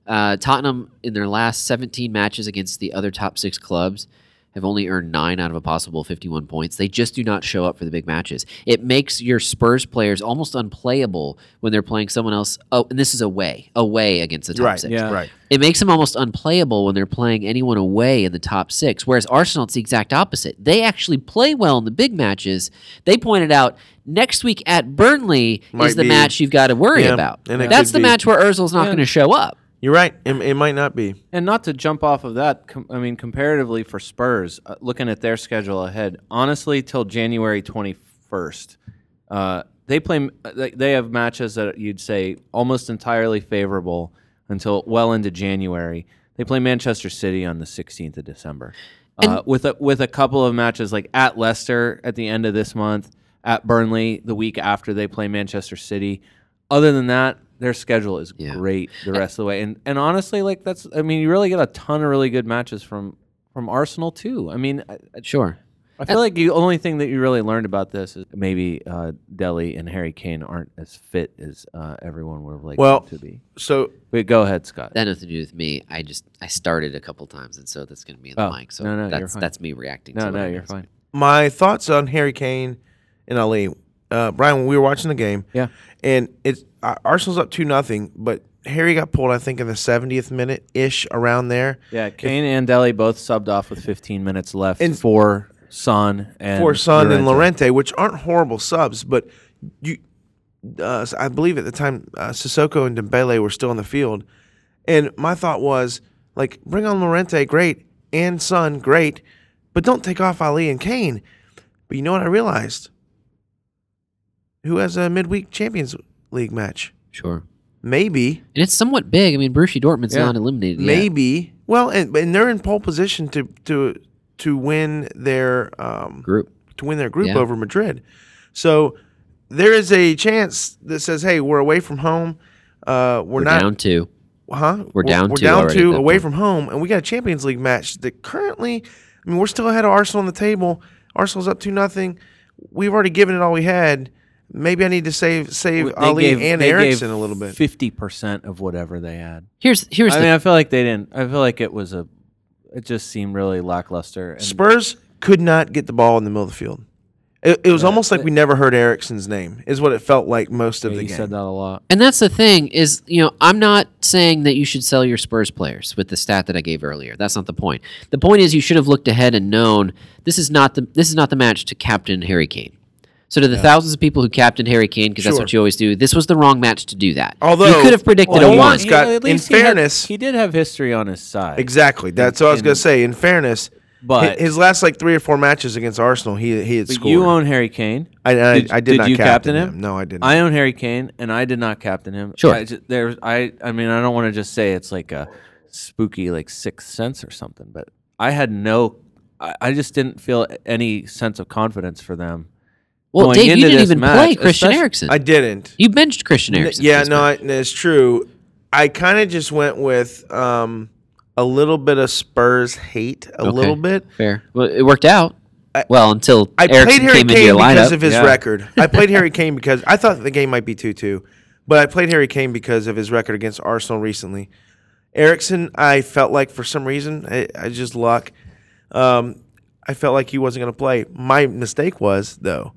Uh, Tottenham in their last 17 matches against the other top six clubs have only earned nine out of a possible 51 points. They just do not show up for the big matches. It makes your Spurs players almost unplayable when they're playing someone else. Oh, and this is away, away against the top
Right,
six.
Yeah.
right.
It makes them almost unplayable when they're playing anyone away in the top six. Whereas Arsenal, it's the exact opposite. They actually play well in the big matches. They pointed out next week at Burnley is
Might
the
be.
match you've got to worry
Yeah,
about.
and it
That's
could
the
be.
match where Özil's not
Yeah.
going to show up.
You're right. It, it might not be.
And not to jump off of that, com- I mean, comparatively for Spurs, uh, looking at their schedule ahead, honestly, till January 21st, uh, they play. m- They they have matches that you'd say almost entirely favorable until well into January. They play Manchester City on the 16th of December, uh, with a, with a couple of matches like at Leicester at the end of this month, at Burnley the week after they play Manchester City. Other than that, their schedule is
Yeah.
great the rest of the way. And and honestly, like that's I mean, you really get a ton of really good matches from from Arsenal too. I mean, I, I-
Sure.
I feel like the only thing that you really learned about this is maybe uh, Delhi and Harry Kane aren't as fit as uh, everyone would have liked
Well-
them to be.
So
Wait, go ahead, Scott.
That had nothing to do with me. I just I started a couple times, and so that's going to be in
Oh,
the mic. So
no, no, you're
that's
fine.
that's me reacting.
No,
to
no,
whatever
you're
it is.
fine.
my thoughts on Harry Kane and Ali. Uh, Brian, when we were watching the game,
Yeah.
and it's uh, Arsenal's up two nothing, but Harry got pulled. I think in the 70th minute ish, around there.
Yeah, Kane and Delhi both subbed off with 15 minutes left
And-
for Son and
for Son and
Llorente.
Lorente, which aren't horrible subs, but you, uh, I believe at the time uh, Sissoko and Dembele were still on the field, and my thought was like, bring on Lorente, great, and Son, great, but don't take off Ali and Kane. But you know what I realized? Who has a midweek Champions League match?
Sure.
Maybe,
And it's somewhat big. I mean, Borussia Dortmund's
Yeah.
not eliminated yet.
maybe. Well, and, and they're in pole position to to to win their um,
Group.
to win their group
Yeah.
over Madrid. So there is a chance that says, "Hey, we're away from home. Uh, we're,
We're
not,
down two.
huh?
we're down
We're
two
down
already at
two
that
away
point."
from home, and we got a Champions League match that currently. I mean, we're still ahead of Arsenal on the table. Arsenal's up two nothing. We've already given it all we had. Maybe I need to save save
They
Ali
gave-
and
they gave
Erickson a little bit.
50% of whatever they had.
Here's here's
I
the
mean, I feel like they didn't. I feel like it was a. It just seemed really lackluster. And
Spurs could not get the ball in the middle of the field. It, it was
Yeah,
almost like
but-
we never heard Erickson's name. Is what it felt like most of
yeah,
the
you
game.
said that a lot.
And that's the thing is, you know, I'm not saying that you should sell your Spurs players with the stat that I gave earlier. That's not the point. The point is you should have looked ahead and known this is not the this is not the match to captain Harry Kane. So to the thousands of people who captained Harry Kane, because that's
Sure.
what you always do, this was the wrong match to do that.
Although-
you could have predicted
Well,
a
he
one.
was- Scott, in
he had-
fairness-
he did have history on his side.
Exactly. That's what I was going to say. In fairness,
But,
his last like three or four matches against Arsenal, he he had
but
scored.
you own Harry Kane.
I, I,
did-
I did,
did
not
you
captain,
captain him?
him. No, I didn't.
I own Harry Kane, and I did not captain him.
Sure.
I, ju- there, I, I mean, I don't want to just say it's like a spooky, like sixth sense or something, but I had no, I, I just didn't feel any sense of confidence for them.
Well,
going
Dave, you
into
didn't
this
even
match,
play Christian
especially-
Eriksen.
I didn't.
you benched Christian
N-
Eriksen.
yeah,
for this
no,
match.
I, it's true. I kind of just went with um, a little bit of Spurs hate, a
Okay.
little bit.
fair. Well, it worked out. well, until
I
Eriksen
played Harry
came into your
Kane
lineup.
because of his
Yeah.
record. I played Harry Kane because I thought the game might be two-two, but I played Harry Kane because of his record against Arsenal recently. Erickson, I felt like for some reason, I, I just luck. Um, I felt like he wasn't going to play. My mistake was though,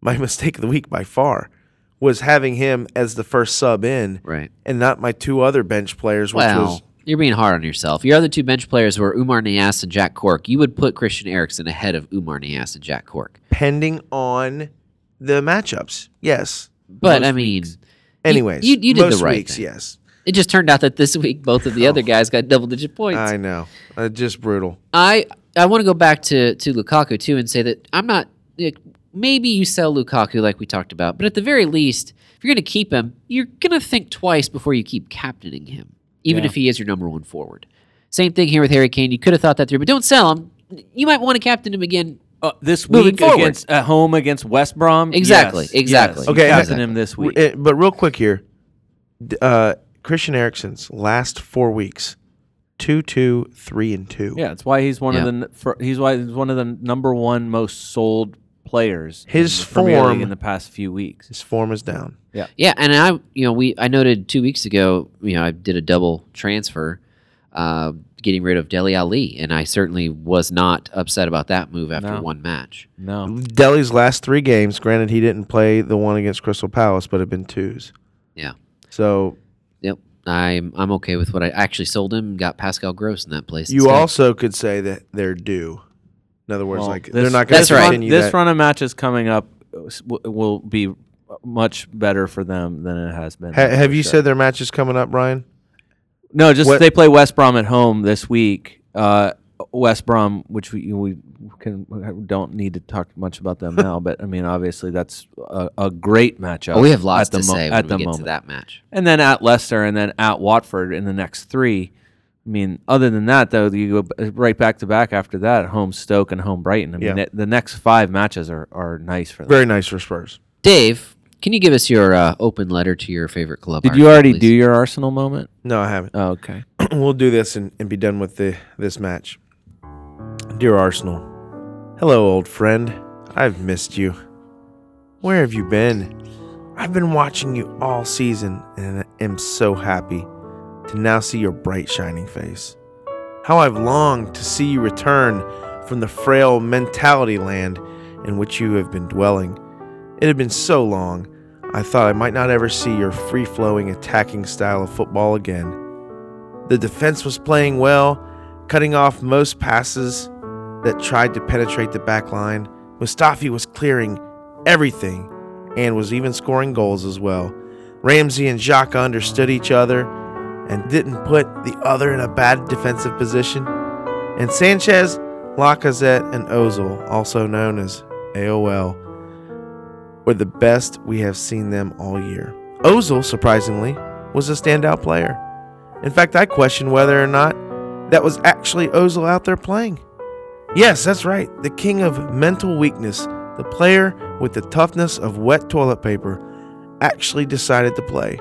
my mistake of the week by far was having him as the first sub in,
right.
and not my two other bench players, which
Well,
was
you're being hard on yourself. Your other two bench players were Umar Nias and Jack Cork. You would put Christian Eriksen ahead of Umar Nias and Jack Cork.
pending on the matchups. Yes.
But
Most
I mean,
Anyways,
you- you did the
most
right
weeks,
thing.
Yes.
it just turned out that this week both of the other guys got double digit points.
I know. Uh, just brutal.
I I want to go back to to Lukaku too and say that I'm not. Like, maybe you sell Lukaku like we talked about, but at the very least, if you're going to keep him, you're going to think twice before you keep captaining him, even if he is your number one forward. Same thing here with Harry Kane. You could have thought that through, but don't sell him. You might want to captain him again.
Uh, this
Moving
week
forward.
against at home against West Brom.
Exactly,
Yes,
exactly.
Yes, you
Okay,
captain
exactly.
him this week.
Uh, But real quick here, d- uh, Christian Erickson's last four weeks, two, two, three, and two.
yeah, it's why he's one of
Yeah.
the n- fir- he's why he's one of the number one most sold players.
His
in the Premier League
form-
in the past few weeks.
His form is down.
Yeah, and I, you know, we I noted two weeks ago, you know, I did a double transfer, uh, getting rid of Deli Ali, and I certainly was not upset about that move after
No.
one match.
No,
Delhi's last three games. Granted, he didn't play the one against Crystal Palace, but have been twos.
Yeah.
So
Yep. I'm I'm okay with what I actually sold him. Got Pascal Gross in that place.
you
instead.
also could say that they're due. In other words,
Well,
like
this-
they're not going
That's
to
right.
continue
This
that.
run of matches coming up uh, s- w- will be much better for them than it has been.
Ha- have you
Sure.
said their match is coming up, Brian?
No, just
What-
they play West Brom at home this week. Uh, West Brom, which we we can we don't need to talk much about them now, but I mean, obviously that's a, a great matchup.
Oh, we have lots
at the
to
mo-
say
at
when
the
we get
moment.
to that match.
And then at Leicester, and then at Watford in the next three. I mean, other than that, though, you go b- right back to back after that. Home Stoke and home Brighton. I mean,
Yeah.
the- the next five matches are, are nice for them.
Very nice for Spurs.
Dave, can you give us your uh, open letter to your favorite club?
Did you already
please?
do your Arsenal moment?
No, I haven't.
Oh, okay.
we'll do this and, and be done with the this match. Dear Arsenal, hello, old friend. I've missed you. Where have you been? I've been watching you all season and am so happy to now see your bright, shining face. How I've longed to see you return from the frail mentality land in which you have been dwelling. It had been so long, I thought I might not ever see your free flowing attacking style of football again. The defense was playing well, cutting off most passes that tried to penetrate the back line. Mustafi was clearing everything and was even scoring goals as well. Ramsey and Xhaka understood each other and didn't put the other in a bad defensive position. And Sanchez, Lacazette, and Ozil, also known as AOL, were the best we have seen them all year. Ozil, surprisingly, was a standout player. In fact, I question whether or not that was actually Ozil out there playing. Yes, that's right. The king of mental weakness, the player with the toughness of wet toilet paper, actually decided to play.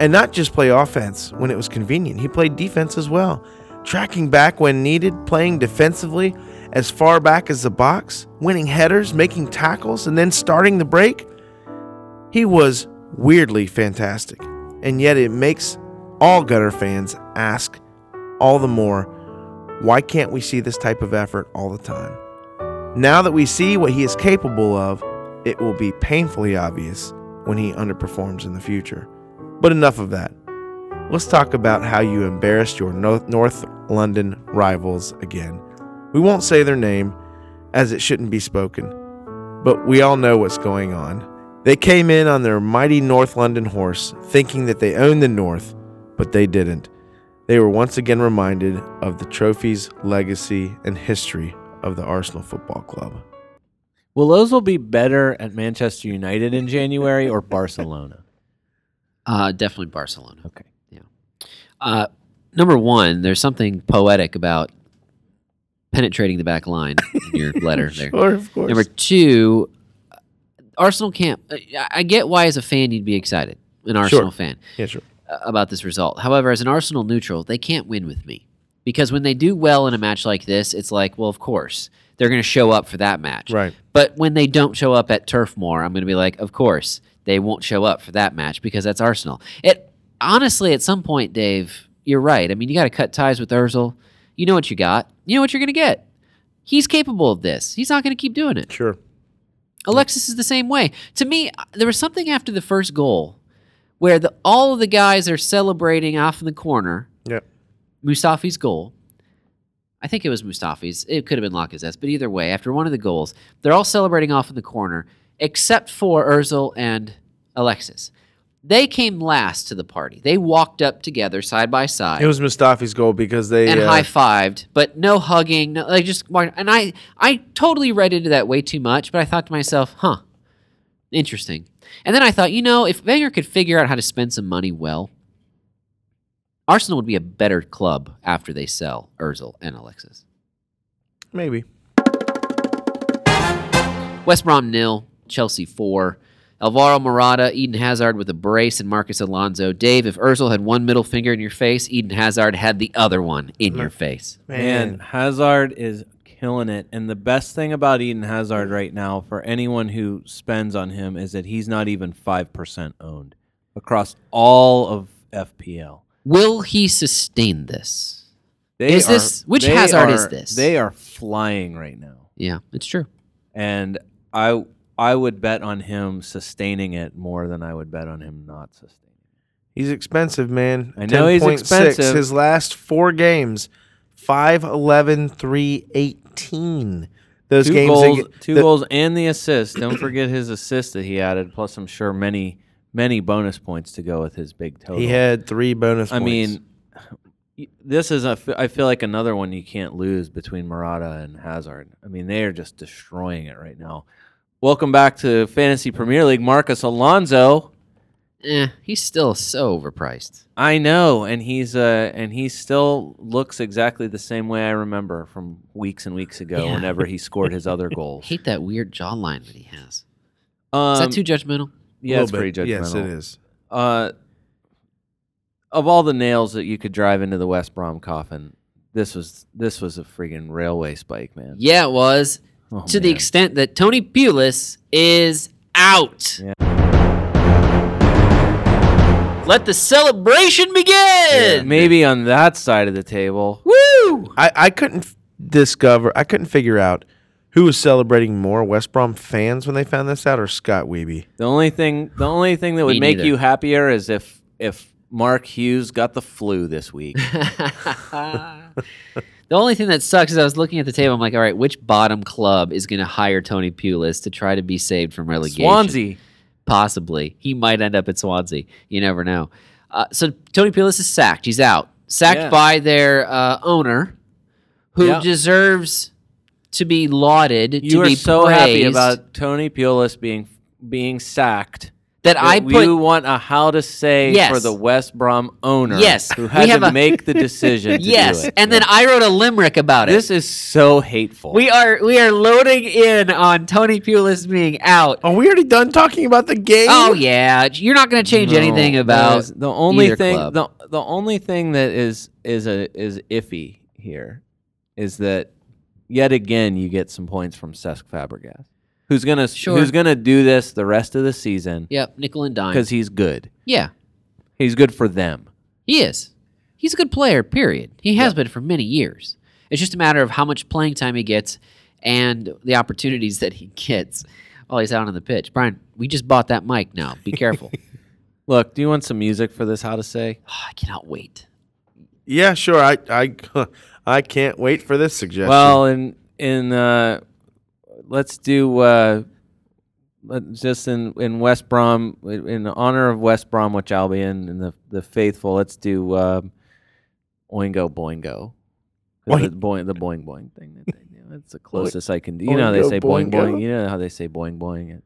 And not just play offense when it was convenient, he played defense as well, tracking back when needed, playing defensively as far back as the box, winning headers, making tackles, and then starting the break. He was weirdly fantastic, and yet it makes all Gunner fans ask all the more why can't we see this type of effort all the time? Now that we see what he is capable of, it will be painfully obvious when he underperforms in the future. But enough of that. Let's talk about how you embarrassed your Nor- North London rivals again. We won't say their name, as it shouldn't be spoken, but we all know what's going on. They came in on their mighty North London horse, thinking that they owned the North, but they didn't. they were once again reminded of the trophies, legacy, and history of the Arsenal Football Club.
Will Ozil be better at Manchester United in January or Barcelona?
Uh, definitely Barcelona.
Okay.
Yeah. Uh, number one, there's something poetic about penetrating the back line in your letter there.
Sure, of course.
Number two, Arsenal can't. I- I get why, as a fan, you'd be excited, an Arsenal fan,
yeah, sure.
uh, about this result. However, as an Arsenal neutral, they can't win with me because when they do well in a match like this, it's like, well, of course they're going to show up for that match.
Right.
But when they don't show up at Turf Moor, I'm going to be like, of course they won't show up for that match because that's Arsenal. It honestly, at some point, Dave, you're right. I mean, you got to cut ties with Özil. You know what you got. You know what you're going to get. He's capable of this. He's not going to keep doing it.
Sure.
Alexis is the same way. To me, I- there was something after the first goal where the, all of the guys are celebrating off in the corner
Yeah.
Mustafi's goal. I think it was Mustafi's. It could have been Lacazette's, but either way, after one of the goals, they're all celebrating off in the corner except for Özil and Alexis. They came last to the party. They walked up together side by side
It was Mustafi's goal because they
and
uh,
high fived, but no hugging. No, like just and I I totally read into that way too much. But I thought to myself, huh, interesting. And then I thought, you know, if Wenger could figure out how to spend some money well, Arsenal would be a better club after they sell Özil and Alexis.
maybe.
West Brom nil, Chelsea four. Alvaro Morata, Eden Hazard with a brace, and Marcus Alonso. Dave, if Özil had one middle finger in your face, Eden Hazard had the other one in your face.
Man, Hazard is killing it. And the best thing about Eden Hazard right now for anyone who spends on him is that he's not even 5% owned across all of FPL.
Will he sustain this?
They
Is this- which
they
Hazard is
are-
this?
They are flying right now.
Yeah, it's true.
And I I would bet on him sustaining it more than I would bet on him not sustaining. it.
He's expensive, man.
I know he's
10.6.
expensive.
His last four games 5 11, 3 18. Those
Two
games.
goals,
ag-
two
the-
goals and the assist. Don't forget his assist that he added, plus I'm sure many many bonus points to go with his big total.
He had three bonus
I
points.
mean, y- this is a. f- I feel like another one you can't lose between Murata and Hazard. I mean, they are just destroying it right now. Welcome back to Fantasy Premier League, Marcus Alonso.
Eh, he's still so overpriced.
I know, and he's uh, and he still looks exactly the same way I remember from weeks and weeks ago.
Yeah.
Whenever he scored his other goals,
Hate that weird jawline that he has.
um,
Is that too judgmental?
A
yeah,
little
it's pretty
bit.
judgmental.
Yes, it is.
Uh, of all the nails that you could drive into the West Brom coffin, this was this was a friggin' railway spike, man.
Yeah, it was.
Oh,
to the
man.
extent that Tony Pulis is out.
Yeah.
Let the celebration begin.
Maybe on that side of the table.
Woo!
I, I couldn't f- discover, I couldn't figure out who was celebrating more West Brom fans when they found this out or Scott Weeby.
The only thing the only thing that would
Me
make
neither.
you happier is if if Mark Hughes got the flu this week.
The only thing that sucks is I was looking at the table. I'm like, all right, which bottom club is going to hire Tony Pulis to try to be saved from relegation?
Swansea.
possibly he might end up at Swansea. You never know. Uh, so Tony Pulis is sacked. He's out. Sacked
Yeah.
by their uh, owner, who
Yeah.
deserves to be lauded.
You
to
are
be
so happy
praised,
about Tony Pulis being being sacked.
that. I
that you
put
want a how to say
Yes.
for the West Brom owner
Yes.
who
We
had
have
to
a-
make the decision. to do
yes,
it.
and then I wrote a limerick about it.
this is so hateful.
we are we are loading in on Tony Pulis being out.
Are we already done talking about the game?
Oh yeah, you're not going to change
No,
anything
that
about
is- the only
either
thing
club.
the the only thing that is is a is iffy here is that yet again you get some points from Cesc Fabregas who's gonna
Sure.
who's gonna do this the rest of the season
yep nickel and dime.
because he's good
Yeah,
he's good for them
He is. He's a good player, period. He has been for many years. It's just a matter of how much playing time he gets and the opportunities that he gets while he's out on the pitch. Brian, we just bought that mic now. Be careful.
look do you want some music for this how to say
Ah, I cannot wait.
Yeah, sure. I, I, I can't wait for this suggestion.
well in in uh let's do uh let- just in, in West Brom, in honor of West Bromwich Albion and the, the faithful, let's do um, Oingo Boingo.
Oink.
The boing, the boing boing thing that they do. It's the closest I can do. You know how they
Oingo
say boing
Boingo?
boing. You know how they say boing boing.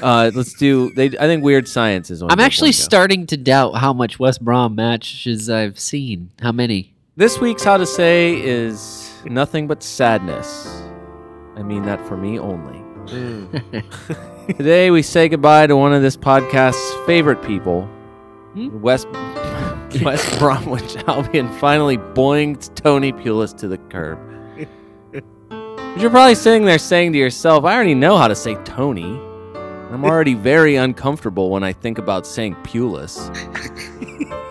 Uh, let's do. They, I think Weird Science is. Oingo
I'm actually
Boingo.
starting to doubt how much West Brom matches I've seen. How many?
This week's How to Say is nothing but sadness. I mean that for me only. Today we say goodbye to one of this podcast's favorite people,
Hmm?
West West Bromwich Albion finally boinged Tony Pulis to the curb. But you're probably sitting there saying to yourself, I already know how to say Tony. and I'm already very uncomfortable when I think about saying Pulis.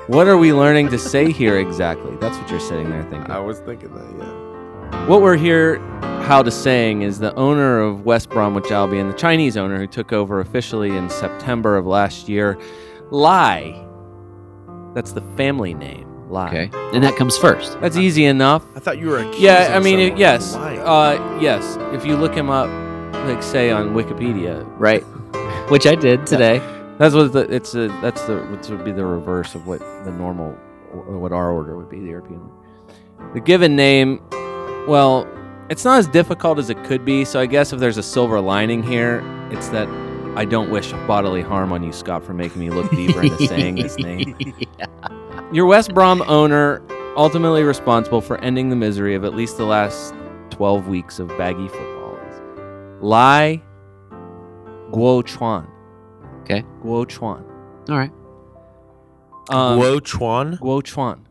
what are we learning to say here exactly? That's what you're sitting there thinking.
I was thinking that, yeah.
What we're here, how to saying, is the owner of West Bromwich Albion, the Chinese owner who took over officially in September of last year, Lai. That's the family name, Lai.
Okay. And that comes first.
That's easy enough.
I thought you were a
Yeah, I mean, it- yes, uh, yes. If you look him up, like say on Wikipedia,
Right. Which I did today.
that's what the, it's a, that's the which would be the reverse of what the normal or what our order would be, the European. One. The given name, well, it's not as difficult as it could be. So I guess if there's a silver lining here, it's that I don't wish bodily harm on you, Scott, for making me look deeper into saying this name. Your West Brom owner, ultimately responsible for ending the misery of at least the last 12 weeks of baggy football, is Lai Guo Chuan.
Okay.
Guo Chuan.
All right.
Um,
Guo Chuan.
Guo Chuan.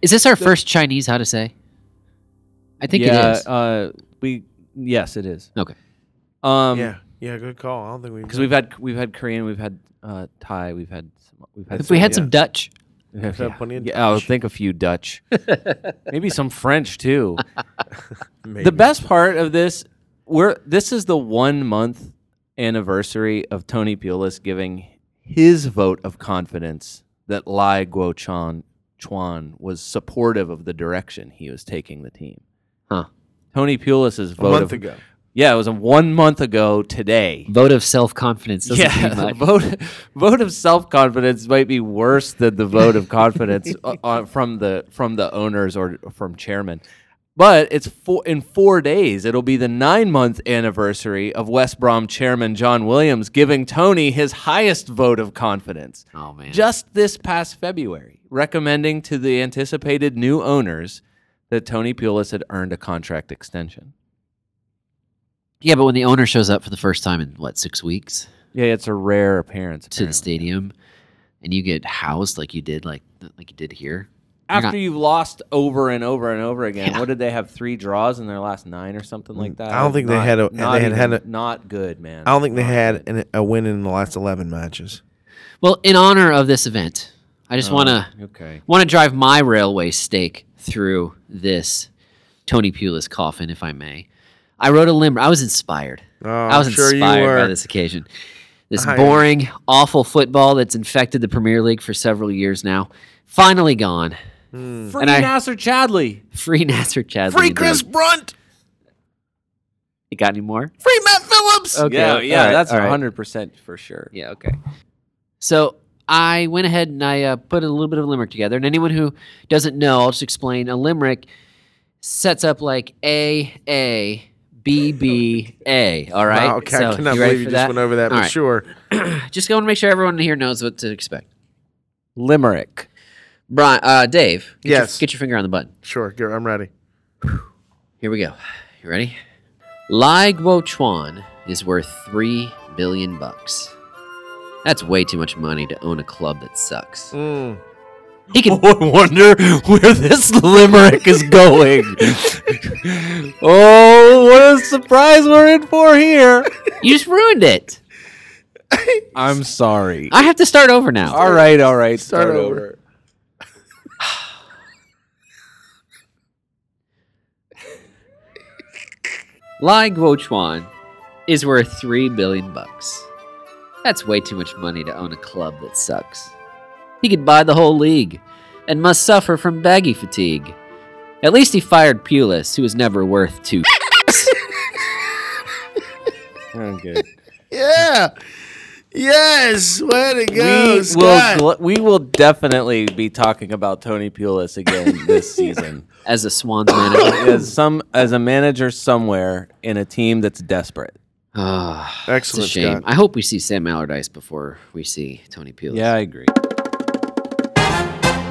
Is this our first Chinese how to say? I think
yeah,
it is.
Uh, we yes, it is.
Okay.
Um,
yeah, yeah, good call. I don't think we
Because we've had we've had Korean, we've had uh, Thai, we've had some, we've had
if we had
yeah.
some Dutch,
yeah,
had plenty of
yeah, I'll
Dutch.
think a few Dutch, maybe some French too.
Maybe.
The best part of this, we're this is the one month anniversary of Tony Pulis giving his vote of confidence that Lai Guo Chan Chuan was supportive of the direction he was taking the team.
Huh.
Tony Pulis's vote
a month
of,
ago.
Yeah, it was a one month ago today.
vote of self confidence doesn't mean
Yeah,
much.
vote vote of self confidence might be worse than the vote of confidence uh, uh, from the from the owners or from chairman. But it's four, in four days. It'll be the nine month anniversary of West Brom chairman John Williams giving Tony his highest vote of confidence
Oh man.
just this past February, recommending to the anticipated new owners that Tony Pulis had earned a contract extension.
yeah, but when the owner shows up for the first time in what six weeks
Yeah, it's a rare appearance.
to the
apparently.
stadium, and you get housed like you did like like you did here. You're
after
not-
you've lost over and over and over again.
Yeah.
What did they have three draws in their last nine or something like that?
Mm, I don't think they had a-
not
they had had
even-
a-
not good man.
I don't think they
Not
had
good.
an, a win in the last eleven matches.
Well, in honor of this event, I just
Oh,
want to
okay.
want to drive my railway stake through this Tony Pulis coffin, if I may. I wrote a limber. I was inspired.
Oh,
I was
I'm sure you
inspired by
were.
this occasion. This
I am.
boring, awful football that's infected the Premier League for several years now, finally gone.
Hmm.
Free
And I-
Nasser Chadley.
Free Nasser Chadley.
Free
in the
Chris
league.
Brunt.
You got any more?
Free Matt Phillips.
Okay,
yeah,
all
yeah,
right,
that's
all right.
hundred percent for sure.
Yeah, okay. So I went ahead and I uh, put a little bit of a limerick together. And anyone who doesn't know, I'll just explain. A limerick sets up like A, A, B, B, A. All right.
Wow, okay,
So,
I cannot
you ready
believe you
for
just
that?
went over that.
All
But
right.
sure,
Just go and make sure everyone here knows what to expect.
Limerick.
Brian, uh, Dave. get your-
Yes.
get your finger on the button.
sure, good, I'm ready.
Here we go. You ready? Lai Guo Chuan is worth three billion bucks. That's way too much money to own a club that sucks.
Mm.
He can
I wonder where this limerick is going. oh, what a surprise we're in for here.
You just ruined it.
I'm sorry.
I have to start over now.
All right, all right.
Start over.
Lai Guochuan is worth three billion bucks. That's way too much money to own a club that sucks. He could buy the whole league and must suffer from baggy fatigue. At least he fired Pulis, who was never worth two.
I'm good.
Yeah, Yes, way to go,
we will
Scott.
gl- we will definitely be talking about Tony Pulis again this season
as a Swans manager.
as some as a manager somewhere in a team that's desperate.
Ah, it's a
Excellent,
shame.
Scott.
I hope we see Sam Allardyce before we see Tony Pulis.
Yeah, I agree.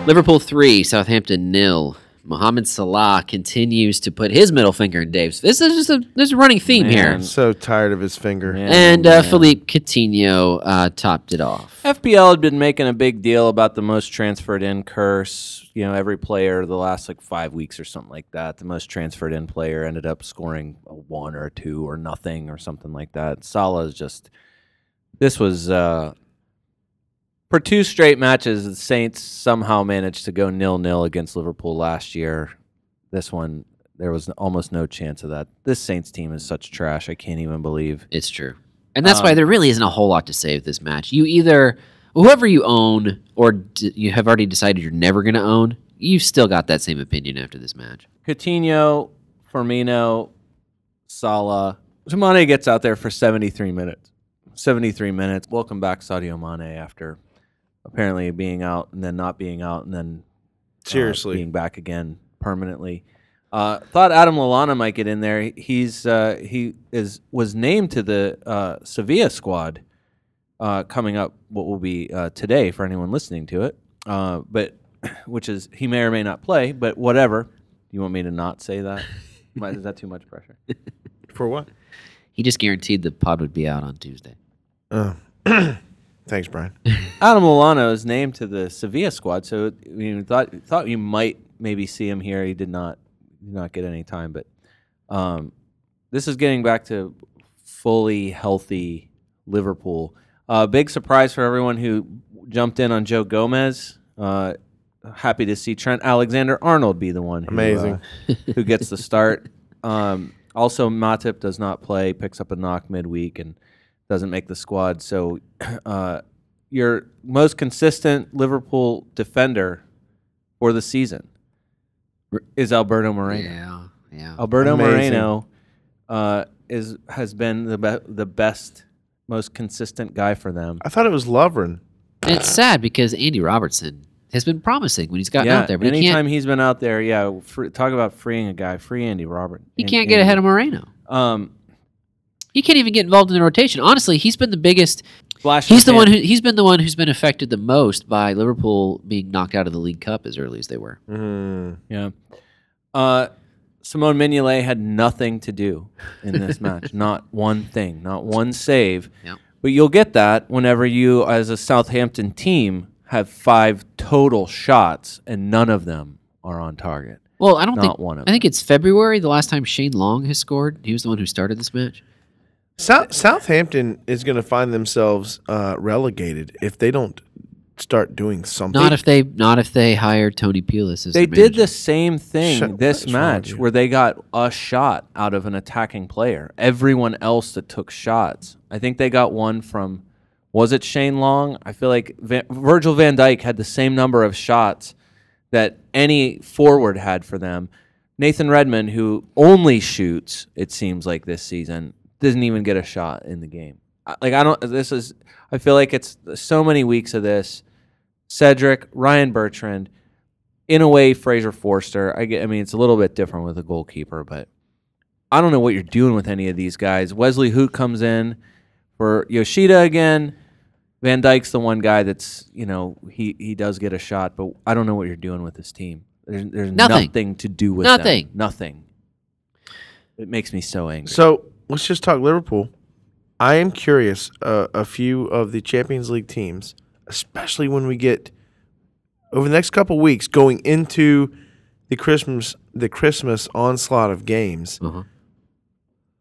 Liverpool three, Southampton nil. Mohamed Salah continues to put his middle finger in Dave's. This is just a there's a running theme
Man.
here.
so tired of his finger.
Man,
And uh,
man.
Philippe Coutinho uh, topped it off.
FPL had been making a big deal about the most transferred in curse. You know, every player the last like five weeks or something like that, the most transferred in player ended up scoring a one or a two or nothing or something like that. Salah is just this was uh, for two straight matches. The Saints somehow managed to go nil nil against Liverpool last year. This one there was almost no chance of that. This Saints team is such trash. I can't even believe.
It's true, and that's
Um,
why there really isn't a whole lot to save this match. You either whoever you own or d- you have already decided you're never going to own. You've still got that same opinion after this match.
Coutinho, Firmino, Salah. Mane gets out there for 73 minutes. 73 minutes. Welcome back, Sadio Mane, after apparently being out and then not being out and then uh,
Seriously.
being back again permanently. Uh, thought Adam Lallana might get in there. He's uh, he is was named to the uh, Sevilla squad uh, coming up. What will be uh, today for anyone listening to it? Uh, but which is he may or may not play, but whatever. You want me to not say that? Am I- is that too much pressure?
For what?
He just guaranteed the pod would be out on Tuesday.
Oh. Thanks, Brian.
Adam Lallana is named to the Sevilla squad, so you thought thought you might maybe see him here. He did not did not get any time, but um, this is getting back to fully healthy Liverpool. Uh, big surprise for everyone who jumped in on Joe Gomez. Uh, happy to see Trent Alexander Arnold be the one who, uh,
Amazing.
who gets the start. Um, also, Matip does not play, picks up a knock midweek, and doesn't make the squad. So, uh, your most consistent Liverpool defender for the season is Alberto Moreno.
Yeah, yeah.
Alberto
Amazing.
Moreno uh, is has been the be- the best, most consistent guy for them.
I thought it was Lovren.
And
Uh,
it's sad because Andy Robertson has been promising when he's gotten
yeah,
out there, but he
anytime
can't.
he's been out there, yeah, fr- talk about freeing a guy, free Andy Robert.
He can't get ahead of Moreno.
Um,
He can't even get involved in the rotation. Honestly, he's been the biggest.
Flash in
He's the
pan.
one who he's been the one who's been affected the most by Liverpool being knocked out of the League Cup as early as they were.
Mm.
Yeah. Uh, Simone Mignolet had nothing to do in this match. Not one thing, not one save.
Yep.
But you'll get that whenever you, as a Southampton team, have five total shots and none of them are on target.
Well, I don't
Not
think.
one of
I think it's February the last time Shane Long has scored. He was the one who started this match.
South, Southampton is going to find themselves uh, relegated if they don't start doing something.
Not if they not if they hired Tony Pulis as
They
their
did
manager.
the same thing
Shut-
this
what's wrong with
match
you?
where they got a shot out of an attacking player. Everyone else that took shots, I think they got one from. Was it Shane Long? I feel like Van, Virgil Van Dyke had the same number of shots that any forward had for them. Nathan Redmond, who only shoots, it seems like this season, doesn't even get a shot in the game. I- Like I don't. This is. I feel like it's so many weeks of this. Cedric, Ryan Bertrand, in a way, Fraser Forster. I get. I mean, it's a little bit different with a goalkeeper, but I don't know what you're doing with any of these guys. Wesley Hoot comes in for Yoshida again. Van Dyke's the one guy that's you know he he does get a shot, but I don't know what you're doing with this team. There's there's
Nothing.
nothing, to do with them.
Nothing.
Nothing. It makes me so angry.
So let's just talk Liverpool. I am curious. Uh, a few of the Champions League teams, especially when we get over the next couple weeks going into the Christmas the Christmas onslaught of games.
Uh-huh.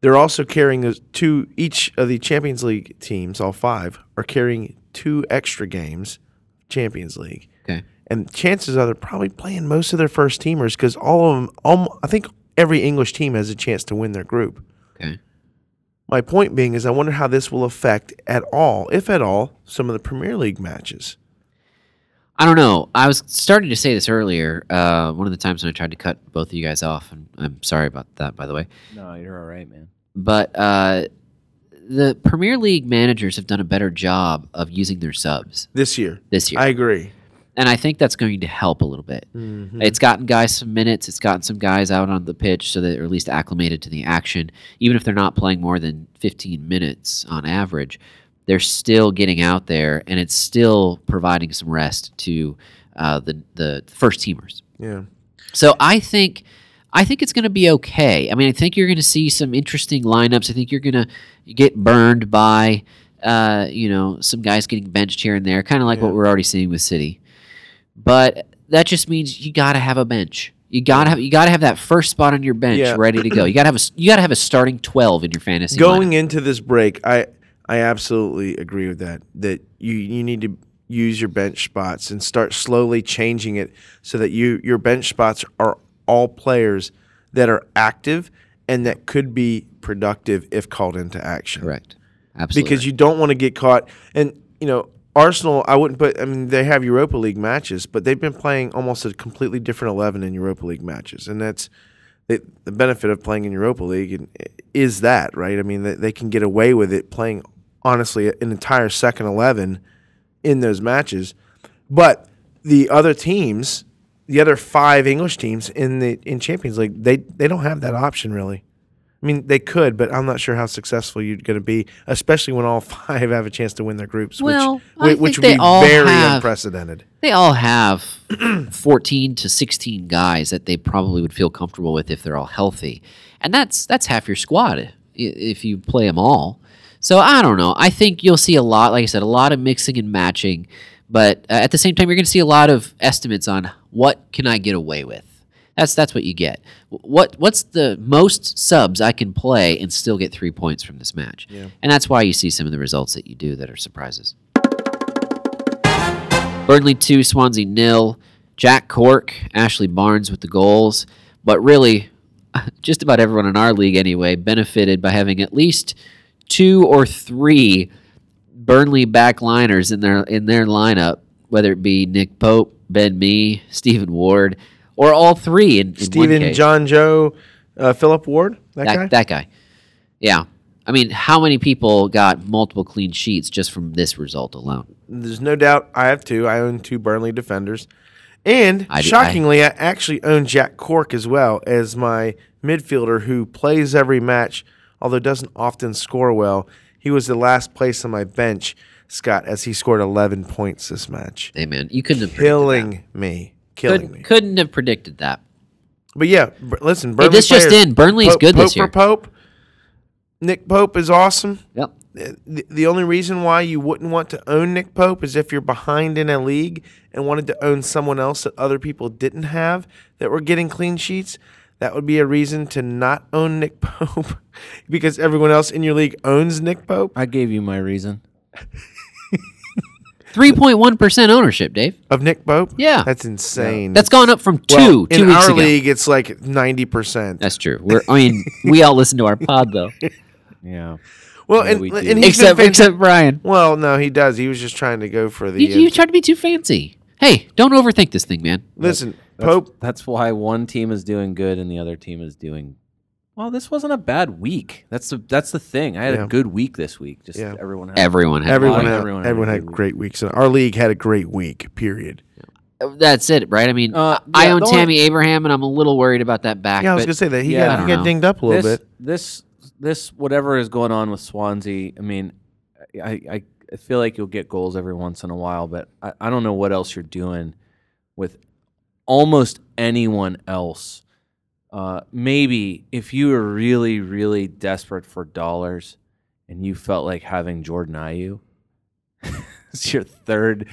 They're also carrying those two. Each of the Champions League teams, all five, are carrying two extra games, Champions League,
Okay.
and chances are they're probably playing most of their first teamers because all of them. I think every English team has a chance to win their group.
Okay.
My point being is, I wonder how this will affect at all, if at all, some of the Premier League matches.
I don't know. I was starting to say this earlier. Uh, one of the times when I tried to cut both of you guys off, and I'm sorry about that, by the way.
no, you're all right, man.
But uh, the Premier League managers have done a better job of using their subs
this year.
this year,
I agree.
and I think that's going to help a little bit. It's gotten guys some minutes. It's gotten some guys out on the pitch so that they're at least acclimated to the action. Even if they're not playing more than 15 minutes on average, they're still getting out there, and it's still providing some rest to uh, the the first teamers.
Yeah.
So I think I think it's going to be okay. I mean, I think you're going to see some interesting lineups. I think you're going to get burned by uh, you know some guys getting benched here and there, kind of like what we're already seeing with City. But that just means you got to have a bench. You gotta have you gotta have that first spot on your bench
Yeah.
ready to go. You gotta have a s- you gotta have a starting twelve in your fantasy.
Going
lineup.
into this break, I I absolutely agree with that. That you you need to use your bench spots and start slowly changing it so that you your bench spots are all players that are active and that could be productive if called into action.
correct, absolutely.
because you don't want to get caught. And you know, Arsenal, I wouldn't put. I mean, they have Europa League matches, but they've been playing almost a completely different eleven in Europa League matches, and that's the the benefit of playing in Europa League and- eh, is that right? I mean, they, they can get away with it playing honestly an entire second eleven in those matches, but the other teams. The other five English teams in the in Champions League, they they don't have that option really. I mean, they could, but I'm not sure how successful you're going to be, especially when all five have a chance to win their groups,
Well, I
which, whi-
think
which would
they
be
all
very
have-
unprecedented.
They all have 14 to 16 guys that they probably would feel comfortable with if they're all healthy. And that's that's half your squad i- if you play them all. So I don't know. I think you'll see a lot like I said a lot of mixing and matching, but uh, at the same time you're going to see a lot of estimates on what can I get away with. That's that's what you get. Wh- What what's the most subs I can play and still get 3 points from this match. And that's why you see some of the results that you do that are surprises. Burnley 2, Swansea nil. Jack Cork, Ashley Barnes with the goals. But really, just about everyone in our league anyway benefited by having at least two or three Burnley backliners in their in their lineup, whether it be Nick Pope, Ben Mee, Stephen Ward, or all three in, in one
Stephen,
case.
John Joe, uh, Philip Ward, that, guy?
That, that guy. Yeah. I mean, how many people got multiple clean sheets just from this result alone?
There's no doubt I have two. I own two Burnley defenders. And
I do- I-
shockingly, I, actually own Jack Cork as well as my midfielder who plays every match, although doesn't often score well. He was the last place on my bench, Scott, as he scored 11 points this match.
Hey, man, you couldn't have predicted that.
Killing me. Killing me.
Could, couldn't have predicted that.
But yeah, b- listen, Burnley
this just
players-
in, Burnley's
Pope,
good
Pope
this year.
For Pope, Nick Pope is awesome.
Yep.
Uh, The, the only reason why you wouldn't want to own Nick Pope is if you're behind in a league and wanted to own someone else that other people didn't have that were getting clean sheets. That would be a reason to not own Nick Pope because everyone else in your league owns Nick Pope
I gave you my reason.
3.1% ownership, Dave.
of Nick Pope.
Yeah.
that's insane.
That's gone up from two
Well,
two
in
weeks
our
ago.
league. It's like ninety percent.
That's true. We're, I mean, we all listen to our pod, though.
Yeah.
Well,
Yeah,
and,
we
and
do.
he's been
except,
fan-
except Brian.
well, no, he does. He was just trying to go for the
You,
uh,
you tried to be too fancy. Hey, don't overthink this thing, man.
Listen,
That's-
Pope.
That's why one team is doing good and the other team is doing. Well, this wasn't a bad week. That's the that's the thing. I had
Yeah.
a good week this week. Just
Yeah.
everyone. Had
Everyone has
Everyone
Like
had,
everyone
everyone,
had a
had
great
great weeks, and our league had a great week. Period.
That's it, right? I mean,
Uh,
I
yeah,
own
the only-
Tammy Abraham, and I'm a little worried about that back.
Yeah, I was
but
gonna say that he
Yeah, I
got
don't
he got
know.
dinged up a little
this,
bit.
This this whatever is going on with Swansea. I mean, I I, I feel like you'll get goals every once in a while, but I, I don't know what else you're doing with almost anyone else. Uh, maybe if you were really really desperate for dollars and you felt like having Jordan Ayew as your third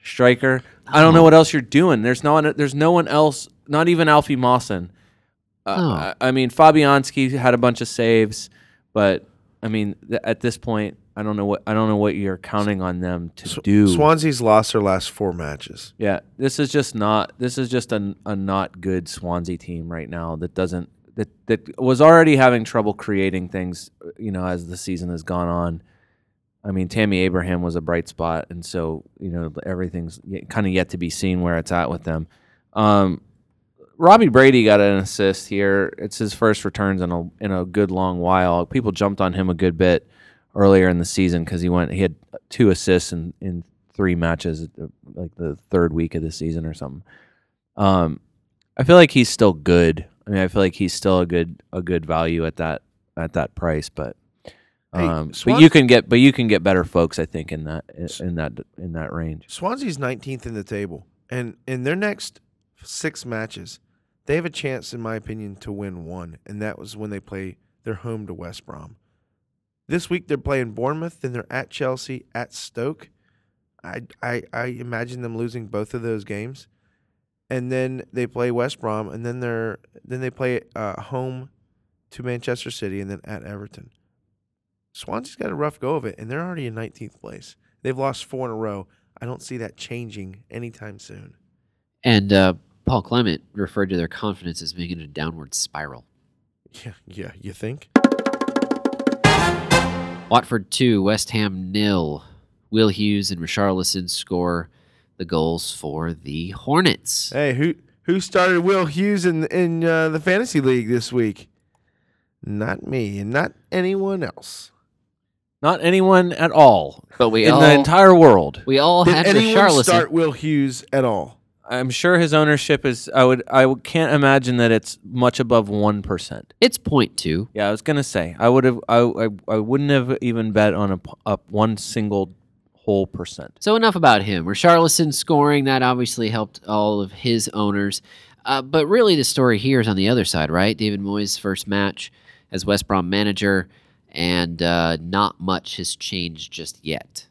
striker, I don't know what else you're doing. There's no one, there's no one else, not even Alfie Mawson. Uh, I, I mean, Fabianski had a bunch of saves, but I mean, th- at this point, I don't know what I don't know what you're counting on them to do.
Swansea's lost their last four matches.
Yeah, this is just not. This is just a, a not good Swansea team right now that doesn't that that was already having trouble creating things. You know, as the season has gone on. I mean, Tammy Abraham was a bright spot, and so you know everything's kind of yet to be seen where it's at with them. Um, Robbie Brady got an assist here. It's his first returns in a in a good long while. People jumped on him a good bit earlier in the season because he went he had two assists in in three matches at the- like the third week of the season or something. Um, I feel like he's still good. I mean, I feel like he's still a good a good value at that at that price, but.
Hey,
Um, but
Swan-
you can get, but you can get better folks, I think, in that in that in that range.
Swansea's 19th in the table, and in their next six matches, they have a chance, in my opinion, to win one, and that was when they play their home to West Brom. This week they're playing Bournemouth, then they're at Chelsea, at Stoke. I I, I imagine them losing both of those games, and then they play West Brom, and then they're then they play uh, home to Manchester City, and then at Everton. Swansea's got a rough go of it, and they're already in 19th place. They've lost four in a row. I don't see that changing anytime soon.
And uh, Paul Clement referred to their confidence as being in a downward spiral.
Yeah, yeah, you think?
Watford 2, West Ham nil. Will Hughes and Richarlison score the goals for the Hornets.
Hey, who who started Will Hughes in in uh, the fantasy league this week? Not me, and not anyone else.
Not anyone at all
But we
in
all
the entire world.
we all
Did
had
anyone
Richarlison.
start Will Hughes at all?
I'm sure his ownership is. I would. I would- can't imagine that it's much above one percent.
It's point two.
Yeah, I was gonna say I would have. I, I I wouldn't have even bet on a p- up one single whole percent.
So enough about him. Richarlison scoring that obviously helped all of his owners, uh, but really the story here is on the other side, right? David Moyes' first match as West Brom manager, and uh, not much has changed just yet.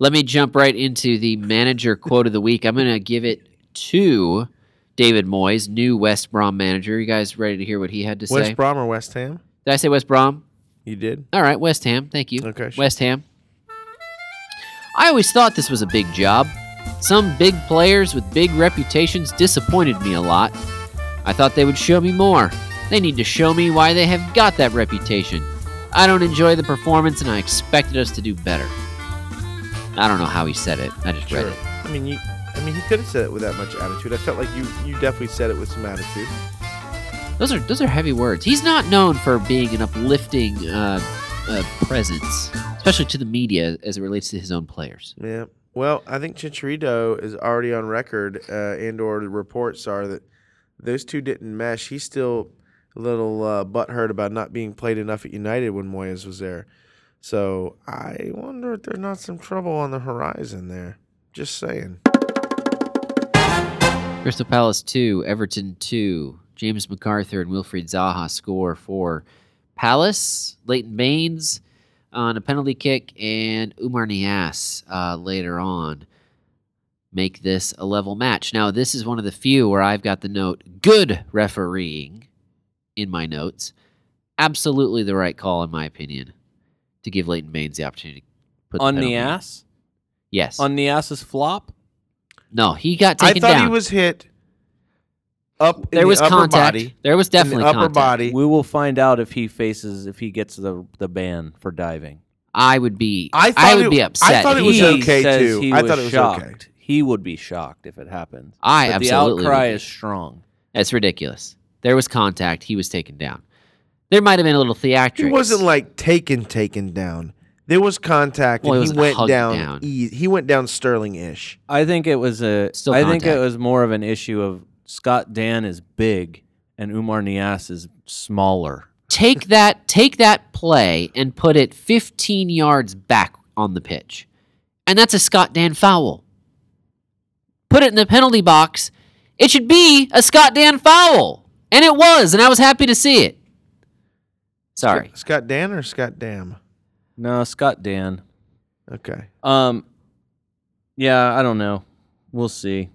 Let me jump right into the manager quote of the week. I'm going to give it to David Moyes, new West Brom manager. You guys ready to hear what he had to say?
West Brom or West Ham?
Did I say West Brom?
You did.
All right, West Ham. Thank you.
Okay, sure.
West Ham. I always thought this was a big job. Some big players with big reputations disappointed me a lot. I thought they would show me more. They need to show me why they have got that reputation. I don't enjoy the performance and I expected us to do better. I don't know how he said it. I just read it.
I mean, you. I mean, he could have said it with that much attitude. I felt like you you definitely said it with some attitude.
Those are those are heavy words. He's not known for being an uplifting uh, uh, presence, especially to the media as it relates to his own players.
Yeah. Well, I think Chicharito is already on record, uh, and or the reports are that those two didn't mesh. He's still a little uh, butthurt about not being played enough at United when Moyes was there. So I wonder if there's not some trouble on the horizon there. Just saying.
Crystal Palace 2, Everton 2. James MacArthur and Wilfried Zaha score for Palace. Leighton Baines on a penalty kick, and Umar Nias uh, later on make this a level match. Now, this is one of the few where I've got the note good refereeing in my notes. Absolutely the right call, in my opinion, to give Leighton Baines the opportunity to put
On
penalty
the
in.
ass.
Yes.
On the ass's flop.
no, he got
I
taken
thought
down.
he was hit up. in
there
the
was
upper
contact.
Body,
There was
in the
definitely
upper
contact.
body.
We will find out if he faces if he gets the the ban for diving.
I would be.
I
I,
thought
would
it-
be
I
upset.
thought it was
He-
He
okay,
says
too.
He
I
was
thought it was
shocked.
okay.
He would be shocked if it happens.
I
but
absolutely.
the outcry
would be.
is strong.
That's ridiculous. There was contact. He was taken down. There might have been a little theatrics.
He wasn't like taken taken down. There was contact,
Well, he
and he
wasn't
went
hugged
down.
down.
ea- he went down Sterling ish.
I think it was a. I
Still
think it
contact.
was more of an issue of Scott Dan is big and Umar Nias is smaller.
take that. Take that play and put it 15 yards back on the pitch, and that's a Scott Dan foul. Put it in the penalty box. It should be a Scott Dan foul, and it was, and I was happy to see it. Sorry.
Scott Dan or Scott Dam?
No, Scott Dan.
Okay.
Um, yeah, I don't know. We'll see.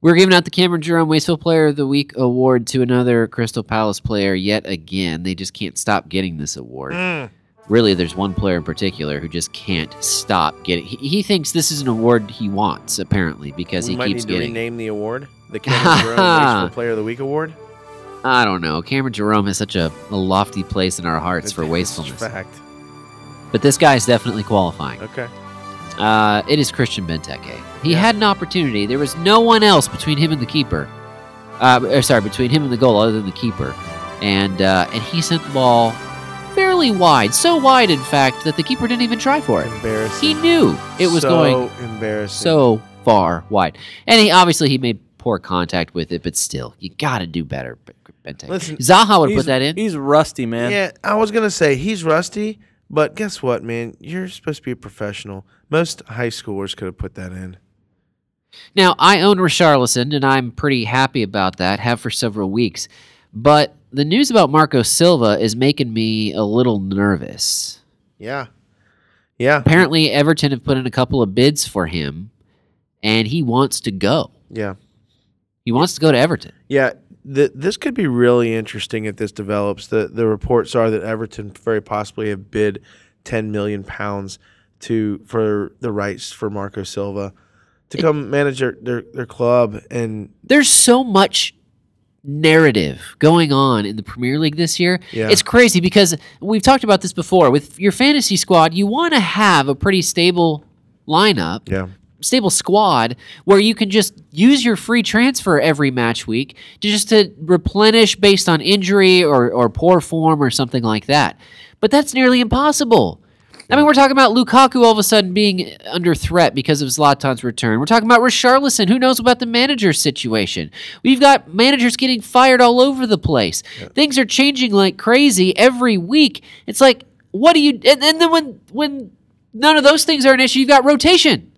We're giving out the Cameron Jerome Wasteful Player of the Week award to another Crystal Palace player yet again. They just can't stop getting this award. Really, there's one player in particular who just can't stop getting. He, he thinks this is an award he wants apparently because
we
he
might
keeps
need to
getting.
rename the award the Cameron Jerome Wasteful Player of the Week Award.
I don't know. Cameron Jerome has such a, a lofty place in our hearts for
That's
wastefulness,
Fact.
but this guy is definitely qualifying.
Okay.
Uh, it is Christian Benteke. He
Yeah.
had an opportunity. There was no one else between him and the keeper. er, Uh, or sorry, between him and the goal, other than the keeper, and uh, and he sent the ball fairly fairly wide, so wide in fact that the keeper didn't even try for it.
Embarrassing.
He knew it was
so
going
embarrassing.
so far wide, and he obviously he made poor contact with it, but still, you got to do better. B- Bente.
Listen,
Zaha would
He's-
put that in.
He's rusty, man.
Yeah, I was gonna say he's rusty, but guess what, man? You're supposed to be a professional. Most high schoolers could have put that in.
Now, I own Richarlison, and I'm pretty happy about that, have for several weeks. But the news about Marco Silva is making me a little nervous.
Yeah, yeah,
Apparently, Everton have put in a couple of bids for him, and he wants to go.
yeah,
He wants to go to Everton.
yeah. Th- this could be really interesting if this develops. The the reports are that Everton very possibly have bid ten million pounds to for the rights for Marco Silva to come manage their, their, their club and
There's so much narrative going on in the Premier League this year.
Yeah.
It's crazy because we've talked about this before. With your fantasy squad, you want to have a pretty stable lineup.
yeah.
stable squad where you can just use your free transfer every match week to just to replenish based on injury or, or poor form or something like that. But that's nearly impossible. I mean, we're talking about Lukaku all of a sudden being under threat because of Zlatan's return. We're talking about Richarlison. Who knows about the manager situation? We've got managers getting fired all over the place. Things are changing like crazy every week. It's like, what do you? And, and then when when none of those things are an issue, you've got rotation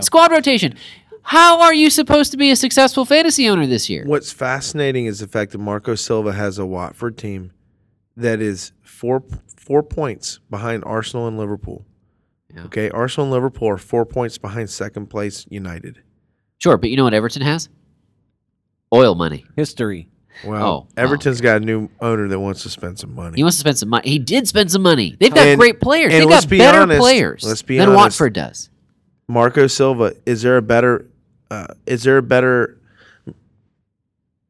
squad rotation. How are you supposed to be a successful fantasy owner this year?
What's fascinating is the fact that Marco Silva has a Watford team that is four four points behind Arsenal and Liverpool.
Yeah.
Okay, Arsenal and Liverpool are four points behind second place United.
Sure, but you know what Everton has? Oil money.
History.
Wow,
Oh, wow.
Everton's got a new owner that wants to spend some money.
He wants to spend some money. He did spend some money. They've got
And-
great players.
and
They've
let's
got
be
better
honest-
players
let's be
than
honest.
Watford does.
Marco Silva, is there a better uh, is there a better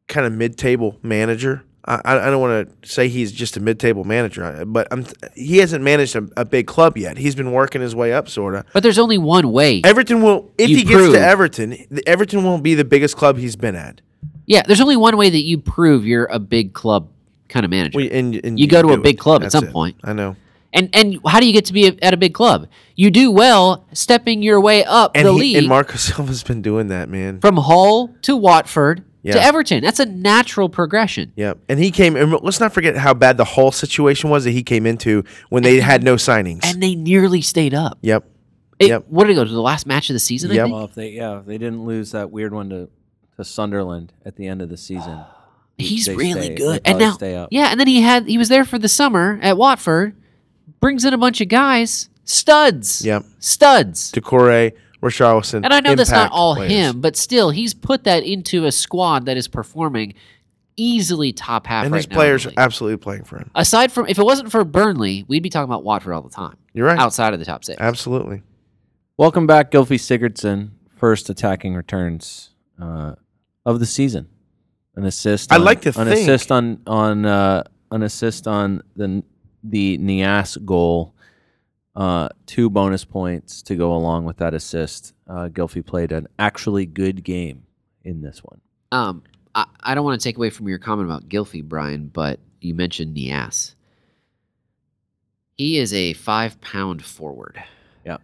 kind of mid table manager? I, I I don't want to say he's just a mid table manager, I- but I'm, he hasn't managed a, a big club yet. He's been working his way up, sort of.
But there's only one way.
Everton will if
You
he
prove-
gets to Everton, the- Everton won't be the biggest club he's been at.
yeah, there's only one way that you prove you're a big club kind of manager.
We, and, and
You go to a
do
big club at
That's
some
it.
point.
I know.
and and how do you get to be a, at a big club? You do well stepping your way up
And,
the
he,
league
and Marco Silva's been doing that, man.
from Hull to Watford to
Yeah.
Everton. That's a natural progression.
Yeah, and he came. And let's not forget how bad the whole situation was that he came into when they had no signings.
And they nearly stayed up.
yep.
It,
Yep.
What did it go to the last match of the season? I
Yep.
think?
Well, if they yeah, if they didn't lose that weird one to to Sunderland at the end of the season.
he's
they
really
stay-
good.
they
And
probably
now,
stay up.
yeah, and then he had he was there for the summer at Watford, brings in a bunch of guys, studs,
Yep.
studs.
Decore, Richarlison.
And I know that's not
impact
all
players.
him, but still, he's put that into a squad that is performing easily top half.
And
right
these
now in the
players are
league.
absolutely playing for him.
aside from if it wasn't for Burnley, we'd be talking about Watford all the time.
You're right.
Outside of the top six,
Absolutely.
Welcome back, Gilfie Sigurdsson. First attacking returns uh, of the season. An assist.
I
on-
like to
an
think-
assist on on uh, an assist on the the Nias goal. Uh, two bonus points to go along with that assist. Uh, Gilfie played an actually good game in this one.
um, I, I don't want to take away from your comment about Gilfy, Brian, but you mentioned Nias. He is a five pound forward.
Yeah,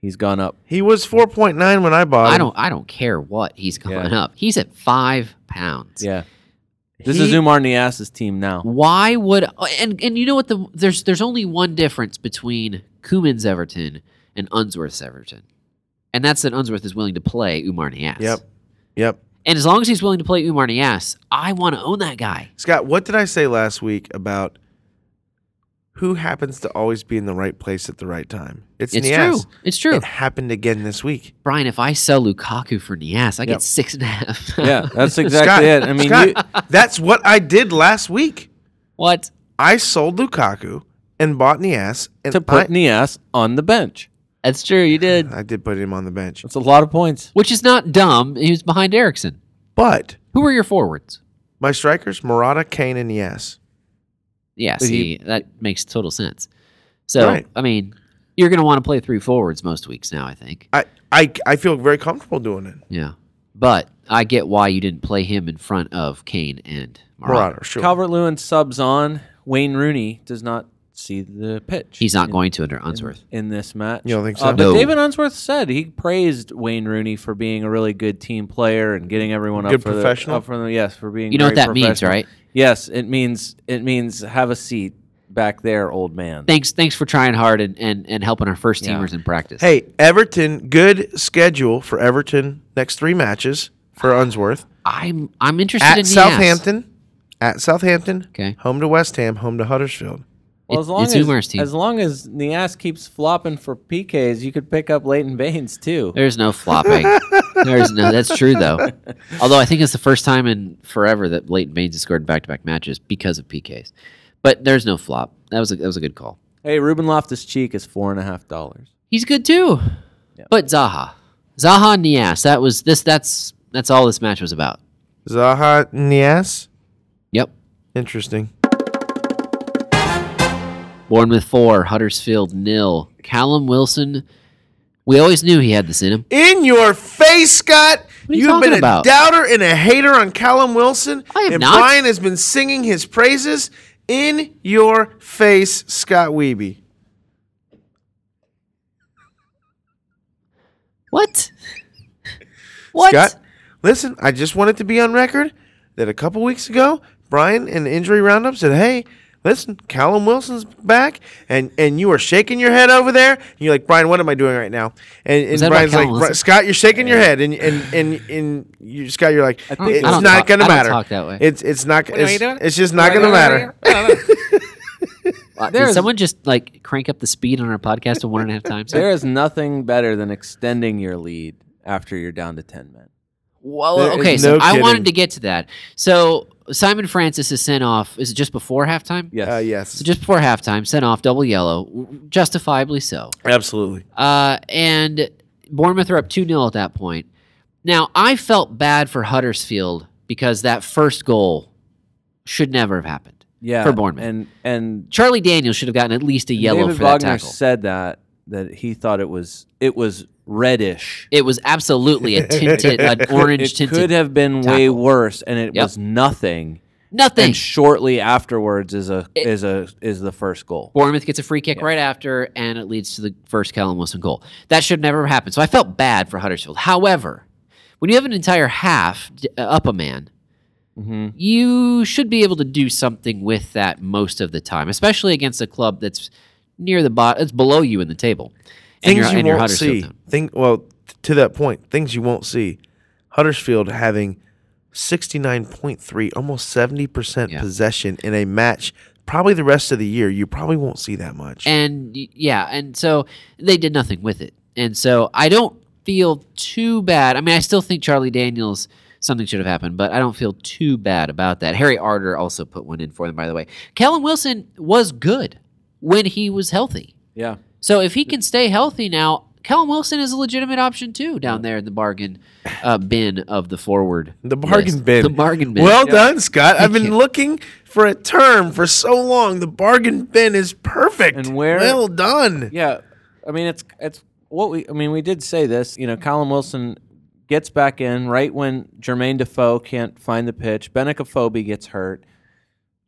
he's gone up.
He was 4.9 when I bought him.
I don't I don't care what he's coming
Oh. Yeah.
up. He's at five pounds.
Yeah, this
He-
is Umar Nias's team now.
Why would and and you know what the there's there's only one difference between Cummins Everton and Unsworth's Everton. And that's that Unsworth is willing to play Umar Nias.
Yep. Yep.
And as long as he's willing to play Umar Nias, I want to own that guy.
Scott, what did I say last week about who happens to always be in the right place at the right time?
It's
Nias.
true. It's true.
It happened again this week.
Brian, if I sell Lukaku for Nias, I
Yep.
get six and a half.
Yeah, that's exactly
Scott,
it. I mean,
Scott,
you,
that's what I did last week.
what?
I sold Lukaku and bought Nias, and
to put
I,
Nias on the bench.
That's true. You did.
I did put him on the bench.
That's a lot of points.
Which is not dumb. He was behind Erickson.
But
Who were your forwards?
my strikers, Murata, Kane, and Nias.
Yeah,
But
see,
he-
that makes total sense. So,
Right.
I mean, you're going to want to play three forwards most weeks now, I think.
I, I, I feel very comfortable doing it.
Yeah. But I get why you didn't play him in front of Kane and Morata.
Murata, sure.
Calvert Lewin subs on. Wayne Rooney does not see the pitch.
He's not
in-
going to under Unsworth.
in this match.
You don't think
Uh,
so?
but
No.
David Unsworth said he praised Wayne Rooney for being a really good team player and getting everyone up
Good
for
professional?
The, up for the, yes, for being.
You know what
very
that means,
professional.
right?
Yes, it means it means have a seat back there, old man.
Thanks, thanks for trying hard and, and, and helping our first teamers in practice.
Hey, Everton, good schedule for Everton. Next three matches for Unsworth
I'm I'm interested in
at
the ass.
Southampton. At Southampton,
Okay.
home to West Ham, home to Huddersfield.
Well,
It-
as long
it's
as
Umar's team.
as long as the ass keeps flopping for PKs, you could pick up Leighton Baines too.
There's no flopping. There's no. That's true though. Although I think it's the first time in forever that Leighton Baines has scored back-to-back matches because of PKs. But there's no flop. That was a, that was a good call.
Hey, Ruben Loftus Cheek is four and a half dollars.
He's good too. But Zaha, Zaha and Nias. That was this. That's that's all this match was about.
Zaha Nias.
Yep.
Interesting.
Bournemouth four, Huddersfield nil. Callum Wilson. We always knew he had this in him.
In your face, Scott.
are you
have
talking
been a
about?
doubter and a hater on Callum Wilson.
I am
and
not.
Brian has been singing his praises. In your face, Scott Weeby.
What? What?
Scott, listen, I just wanted to be on record that a couple weeks ago, Brian in the injury roundup said, Hey, listen, Callum Wilson's back and and you are shaking your head over there. And you're like, Brian, what am I doing right now? And, and
that about
Brian's like,
Callum Wilson?
"Bri- Scott, you're shaking your head and and and, and you Scott, you're like,
think-
it's
I don't
not
talk-
gonna
I don't
matter.
talk that way.
It's it's not
are you
it's,
doing?
it's just not gonna matter.
Uh, Did
There's-
someone just like crank up the speed on our podcast to one and a half times?
There is nothing better than extending your lead after you're down to ten men.
Well,
There is
okay, so
no
I
kidding.
wanted to get to that. So Simon Francis is sent off. Is it just before halftime?
Yes.
Uh,
So
yes.
just before halftime, sent off double yellow, w- justifiably so.
Absolutely.
Uh, and Bournemouth are up 2 0 at that point. Now, I felt bad for Huddersfield because that first goal should never have happened
Yeah.
for Bournemouth.
And and
Charlie Daniels should have gotten at least a yellow
David
for that
Wagner
tackle.
said that that he thought it was it was reddish.
It was absolutely a tinted, an orange
it could
tinted.
have been way
tackle.
worse, and it
Yep.
was nothing.
nothing.
And shortly afterwards is a is a is the first goal.
Bournemouth gets a free kick right after, and it leads to the first Callum Wilson goal. That should never have happened. So I felt bad for Huddersfield. However, when you have an entire half d- uh, up a man,
Mm-hmm.
you should be able to do something with that most of the time, especially against a club that's near the bottom, it's below you in the table. And
things
you're-
you
and you're
won't
Huddersfield
see.
down.
Think well t- to that point. Things you won't see. Huddersfield having sixty nine point three, almost seventy percent
Yeah.
possession in a match. Probably the rest of the year, you probably won't see that much.
And y- yeah, and so they did nothing with it. And so I don't feel too bad. I mean, I still think Charlie Daniels something should have happened, but I don't feel too bad about that. Harry Arter also put one in for them, by the way. Kellen Wilson was good when he was healthy.
Yeah.
So if he can stay healthy now, Kellen Wilson is a legitimate option too down there in the bargain uh, bin of the forward.
the bargain
list.
bin.
The bargain bin.
Well done, Scott. I've been looking for a term for so long. The bargain bin is perfect.
And where-
Well done.
Yeah, I mean it's it's what we I mean we did say this. You know, Colin Wilson gets back in right when Jermaine Defoe can't find the pitch. Benicophobe gets hurt.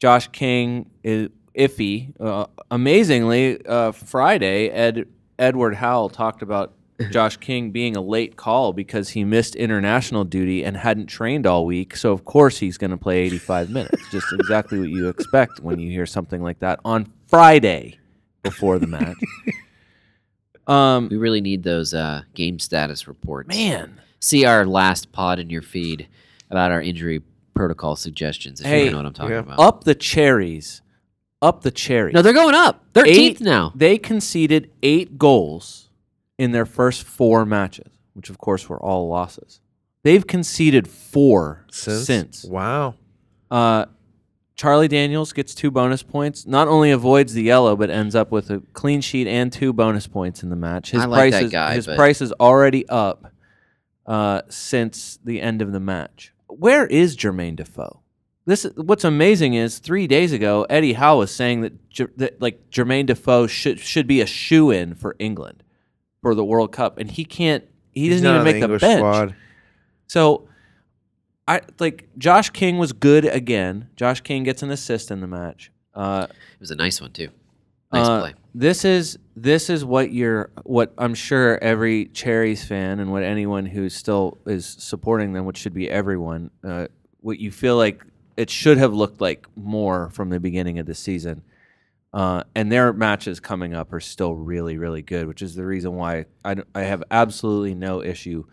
Josh King is iffy. Uh, amazingly, uh, Friday Ed Edward Howell talked about. Josh King being a late call because he missed international duty and hadn't trained all week, so of course he's going to play 85 minutes. Just exactly what you expect when you hear something like that on Friday before the match. Um,
we really need those uh, game status reports.
man,
see our last pod in your feed about our injury protocol suggestions. If
Hey,
you know what I'm talking
yeah.
about.
up the cherries, up the cherries.
No, they're going up. Thirteenth now.
They conceded eight goals in their first four matches, which of course were all losses. They've conceded four since.
Wow.
Uh, Charlie Daniels gets two bonus points. Not only avoids the yellow, but ends up with a clean sheet and two bonus points in the match. His
I like
price
that
is,
guy,
His
but-
price is already up uh, since the end of the match. Where is Jermaine Defoe? This is- what's amazing is three days ago Eddie Howe was saying that, Jer- that like Jermaine Defoe should should be a shoe in for England for the World Cup, and he can't. He doesn't even make the, bench. So I like Josh King was good again. Josh King gets an assist in the match. Uh,
It was a nice one too. Nice
Uh,
play.
This is this is what you're what I'm sure every Cherries fan and what anyone who still is supporting them, which should be everyone, uh, what you feel like it should have looked like more from the beginning of the season. Uh, and their matches coming up are still really, really good, which is the reason why I, d- I have absolutely no issue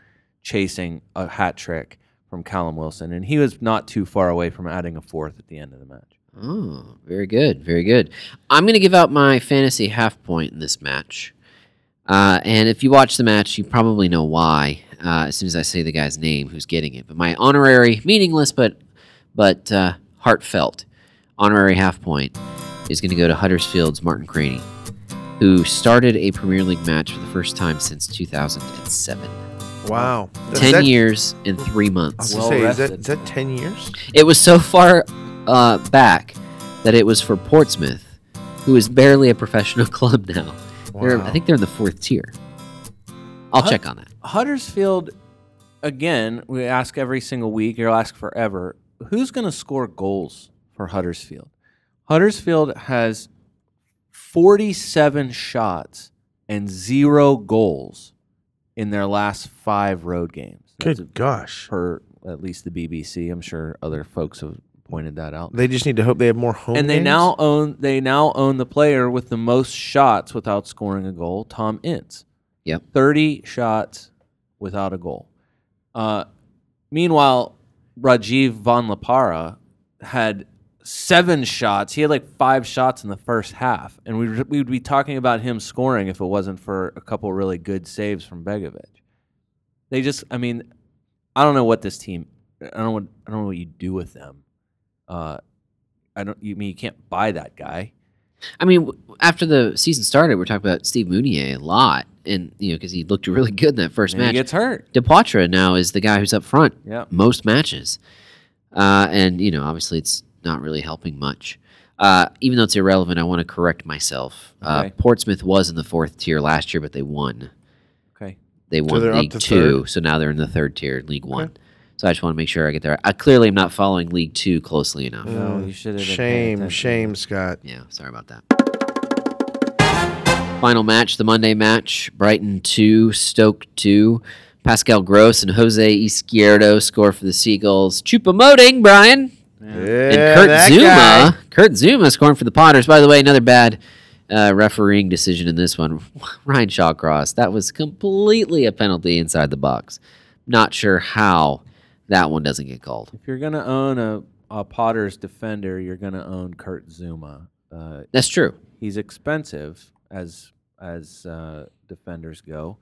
chasing a hat trick from Callum Wilson. And he was not too far away from adding a fourth at the end of the match.
Oh, very good, very good. I'm going to give out my fantasy half point in this match. Uh, and if you watch the match, you probably know why uh, as soon as I say the guy's name who's getting it. But my honorary, meaningless but but uh, heartfelt honorary half point is going to go to Huddersfield's Martin Craney, who started a Premier League match for the first time since 2007.
Wow. Is
Ten
that-
years and three
I
months.
was
Well
gonna say, is that,
rested.
is that 10 years?
It was so far uh, back that it was for Portsmouth, who is barely a professional club now. They're, I
Wow.
think they're in the fourth tier. I'll
Huh?
check on that.
Huddersfield, again, we ask every single week, you'll ask forever, who's going to score goals for Huddersfield? Huddersfield has 47 shots and zero goals in their last five road games. That's
Good gosh.
per at least the BBC. I'm sure other folks have pointed that out.
They just need to hope they have more home
And they
games?
now own they now own the player with the most shots without scoring a goal, Tom Ince.
Yep.
Thirty shots without a goal. Uh, meanwhile, Rajiv Von Lapara had seven shots. He had like five shots in the first half, and we we would be talking about him scoring if it wasn't for a couple really good saves from Begovic. They just, I mean, I don't know what this team. I don't. What, I don't know what you do with them. Uh, I don't. You mean you can't buy that guy?
I mean, w- after the season started, we're talking about Steve Mounier a lot, and you know because he looked really good in that first
And he
match.
gets hurt.
Depoitra now is the guy who's up front
Yeah.
most matches, uh, and you know obviously it's not really helping much. Uh, even though it's irrelevant, I want to correct myself. Uh,
Okay.
Portsmouth was in the fourth tier last year, but they won.
Okay.
they won
they're up
League
to
Two, so now they're in the third tier, League One. So I just want to make sure I get there. I clearly am not following League Two closely enough.
No, you should have. been paying
Shame,
attention.
shame, Scott.
Yeah, sorry about that. Final match, the Monday match: Brighton two, Stoke two. Pascal Gross and Jose Izquierdo score for the Seagulls. Chupa Moting, Brian.
Yeah.
Yeah,
and Kurt
that
Zuma,
guy.
Kurt Zuma scoring for the Potters. By the way, another bad uh, refereeing decision in this one. Ryan Shawcross. That was completely a penalty inside the box. Not sure how that one doesn't get called.
If you're gonna own a, a Potter's defender, you're gonna own Kurt Zuma. Uh,
That's true.
he's expensive as as uh, defenders go.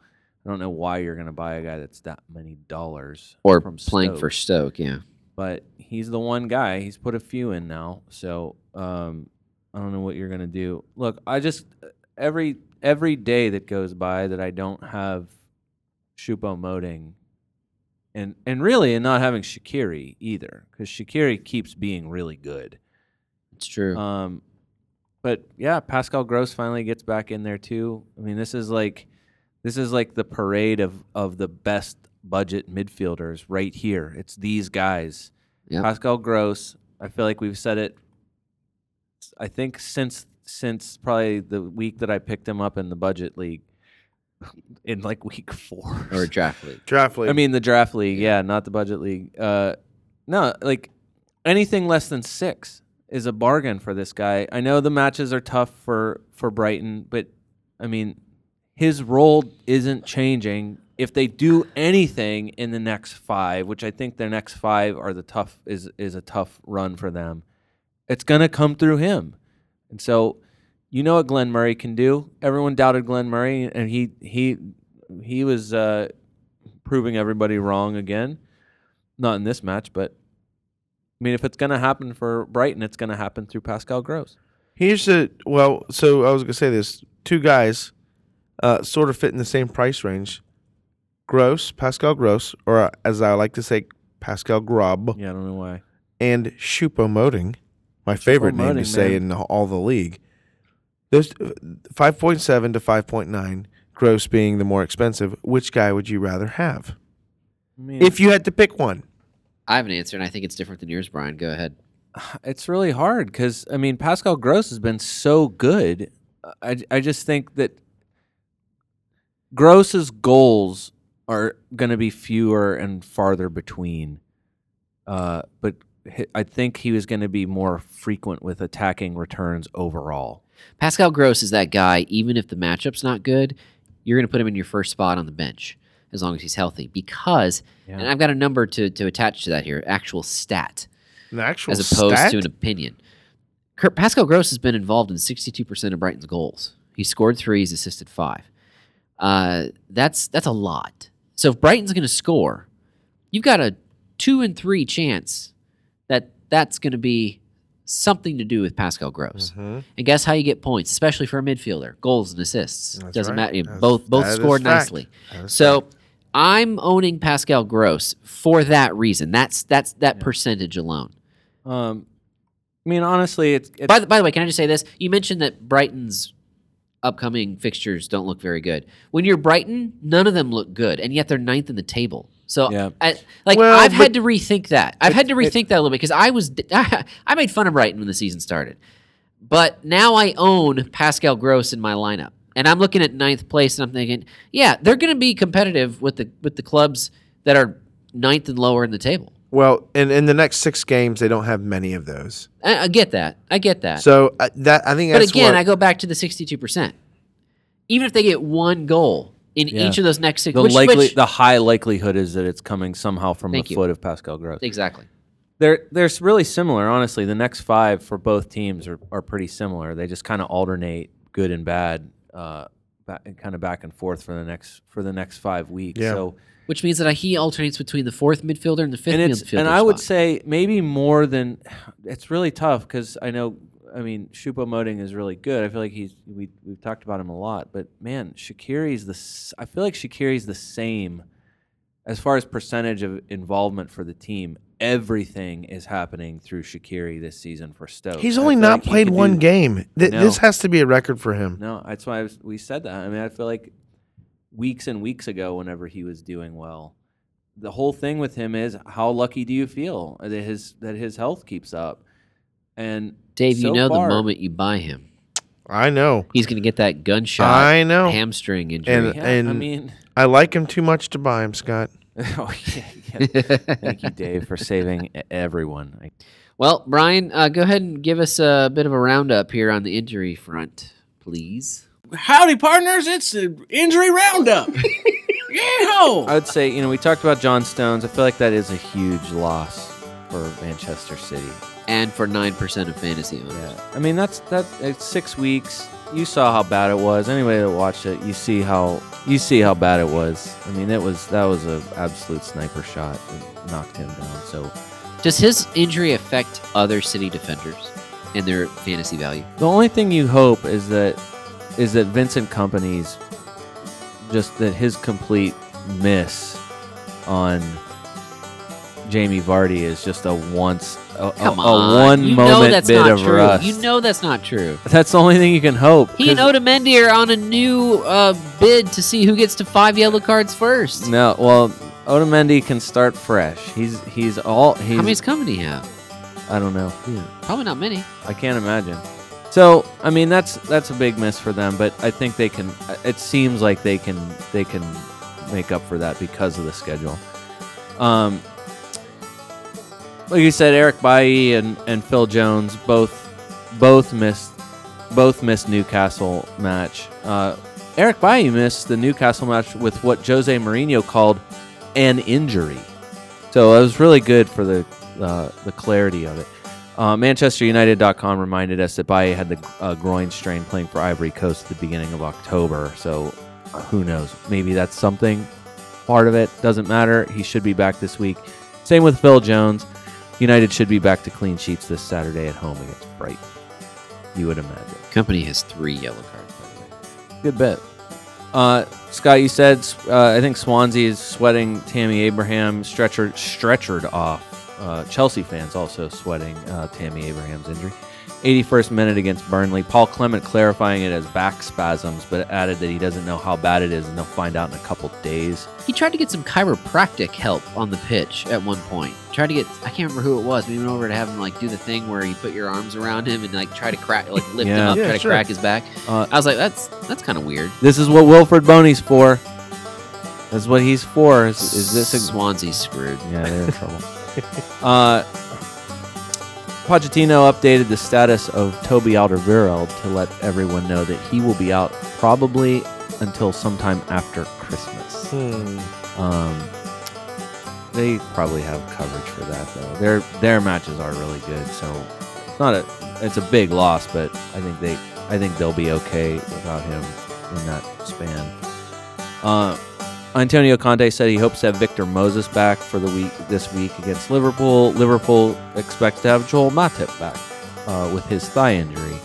I don't know why you're gonna buy a guy that's that many dollars
Or
from
playing
Stoke.
for Stoke. Yeah.
but he's the one guy. He's put a few in now, so um, I don't know what you're gonna do. Look, I just every every day that goes by that I don't have Shupo Moting, and and really, and not having Shakiri either, because Shakiri keeps being really good.
It's true.
Um, but yeah, Pascal Gross finally gets back in there too. I mean, this is like this is like the parade of of the best budget midfielders right here. It's these guys.
Yep.
Pascal Gross. I feel like we've said it. I think since since probably the week that I picked him up in the budget league, in like week four
or draft league.
Draft league.
I mean the draft league, yeah, not the budget league. Uh, no, like anything less than six is a bargain for this guy. I know the matches are tough for for Brighton, but I mean his role isn't changing. If they do anything in the next five, which I think their next five are the tough is is a tough run for them, it's gonna come through him. And so you know what Glenn Murray can do. Everyone doubted Glenn Murray and he he he was uh, proving everybody wrong again. Not in this match, but I mean, if it's going to happen for Brighton, it's going to happen through Pascal Gross.
Here's the well. So I was gonna say this: two guys, uh, sort of fit in the same price range. Gross, Pascal Gross, or uh, as I like to say, Pascal Grob,
Yeah, I don't know why.
and Shupo Moting, my favorite name to
Moting,
say
man.
in the- all the league. Those uh, five point seven to five point nine. Gross being the more expensive. Which guy would you rather have
I mean,
if you had to pick one?
I have an answer, and I think it's different than yours, Brian. Go ahead.
it's really hard because I mean, Pascal Gross has been so good. I I just think that Gross's goals are going to be fewer and farther between. Uh, but hi- I think he was going to be more frequent with attacking returns overall.
Pascal Gross is that guy, even if the matchup's not good, you're going to put him in your first spot on the bench as long as he's healthy. Because,
Yeah.
and I've got a number to, to attach to that here, actual stat,
An actual
as opposed
stat?
to an opinion. Cur- Pascal Gross has been involved in 62% of Brighton's goals. He scored three, he's assisted five. Uh, that's, that's a lot. So if Brighton's going to score, you've got a two and three chance that that's going to be something to do with Pascal Gross.
Hmm?
Mhm.
And guess how you get points, especially for a midfielder? Goals and assists.
That's
Doesn't
right.
matter.
That's-
both both
that is
scored
fact.
nicely.
That is
So I'm owning Pascal Gross for that reason. That's that's that percentage alone.
Um, I mean, honestly, it's, it's
By the, by the way, can I just say this? You mentioned that Brighton's upcoming fixtures don't look very good. When you're Brighton, none of them look good, and yet they're ninth in the table. So,
Yeah.
I, like,
Well,
I've
but-
had to rethink that. I've had to rethink that a little bit because I was I made fun of Brighton when the season started, but now I own Pascal Gross in my lineup, and I'm looking at ninth place, and I'm thinking, yeah, they're going to be competitive with the with the clubs that are ninth and lower in the table.
Well, in, in the next six games, they don't have many of those.
I, I get that. I get that.
So uh, that I think
But
that's
again,
what,
I go back to the 62%. Even if they get one goal in
Yeah.
each of those next six,
the
which,
likely
which-
the high likelihood is that it's coming somehow from the
Thank you.
foot of Pascal Gross.
exactly.
They're they're s- really similar, honestly. The next five for both teams are, are pretty similar. They just kind of alternate good and bad, uh, kind of back and forth for the next for the next five weeks.
Yeah.
So
Which means that he alternates between the fourth midfielder and the fifth
and it's
midfielder.
and I would
spot.
say maybe more than it's really tough because I know I mean Shupo Moting is really good. I feel like he's we we've talked about him a lot, but man, Shakiri's the s- I feel like Shakiri's the same as far as percentage of involvement for the team. Everything is happening through Shakiri this season for Stoke.
he's
I
only
feel
not
like he
played
could
one
do-
game. Th-
No.
This has to be a record for him.
No, that's why I was, we said that. I mean, I feel like weeks and weeks ago, whenever he was doing well, the whole thing with him is how lucky do you feel that his that his health keeps up? And
Dave, you
so
know
far-
the moment you buy him,
I know.
he's going to get that gunshot
I know.
hamstring injury.
Yeah, I
and-
mean,
I like him too much to buy him, Scott.
oh yeah, yeah. Thank you, Dave, for saving e- everyone. I-
well, Brian, uh, go ahead and give us a bit of a roundup here on the injury front, please.
Howdy, partners. It's the injury roundup. Yeehaw!
I would say, you know, we talked about John Stones. I feel like that is a huge loss for Manchester City.
And for 9% of fantasy owners.
Yeah, I mean that's that. It's six weeks. You saw how bad it was. Anybody that watched it, you see how you see how bad it was. I mean, it was that was an absolute sniper shot. It knocked him down. So
Does his injury affect other city defenders and their fantasy value?
the only thing you hope is that is that Vincent Company's just that his complete miss on Jamie Vardy is just a once a, a,
Come
a
on,
one
you
moment
know that's
bit
not
of
true.
rust.
You know that's not true.
that's the only thing you can hope.
He and
'cause-
Otamendi are on a new uh, bid to see who gets to five yellow cards first.
No, well, Otamendi can start fresh. He's he's all he's.
How many's coming do you have?
I don't know.
Probably not many.
I can't imagine. So I mean that's that's a big miss for them, but I think they can. uh, It seems like they can they can make up for that because of the schedule. Um, like you said, Eric Bailly and, and Phil Jones both both missed both missed Newcastle match. Uh, Eric Bailly missed the Newcastle match with what Jose Mourinho called an injury. So it was really good for the uh, the clarity of it. Uh, ManchesterUnited.com reminded us that Baye had the uh, groin strain playing for Ivory Coast at the beginning of October. So uh, who knows? Maybe that's something. Part of it doesn't matter. He should be back this week. Same with Phil Jones. United should be back to clean sheets this Saturday at home against Brighton. You would imagine.
Company has three yellow cards, by the way.
Good bet. Uh, Scott, you said uh, I think Swansea is sweating Tammy Abraham stretcher stretchered off. Uh, Chelsea fans also sweating uh, Tammy Abraham's injury. 81st minute against Burnley. Paul Clement clarifying it as back spasms, but added that he doesn't know how bad it is and they'll find out in a couple days.
He tried to get some chiropractic help on the pitch at one point. Tried to get I can't remember who it was, but he went over to have him like do the thing where you put your arms around him and like try to crack like lift him
Yeah.
up,
Yeah,
try to
sure.
crack his back.
Uh,
I was like, that's that's kinda weird.
This is what Wilfred Boney's for. That's what he's for. Is, is this a
Swansea screwed?
Yeah, they're in trouble. uh, Pochettino updated the status of Toby Alderweireld to let everyone know that he will be out probably until sometime after Christmas.
Hmm.
Um, they probably have coverage for that though. Their their matches are really good, so it's not a it's a big loss, but I think they I think they'll be okay without him in that span. Uh, Antonio Conte said he hopes to have Victor Moses back for the week this week against Liverpool. Liverpool expects to have Joel Matip back uh, with his thigh injury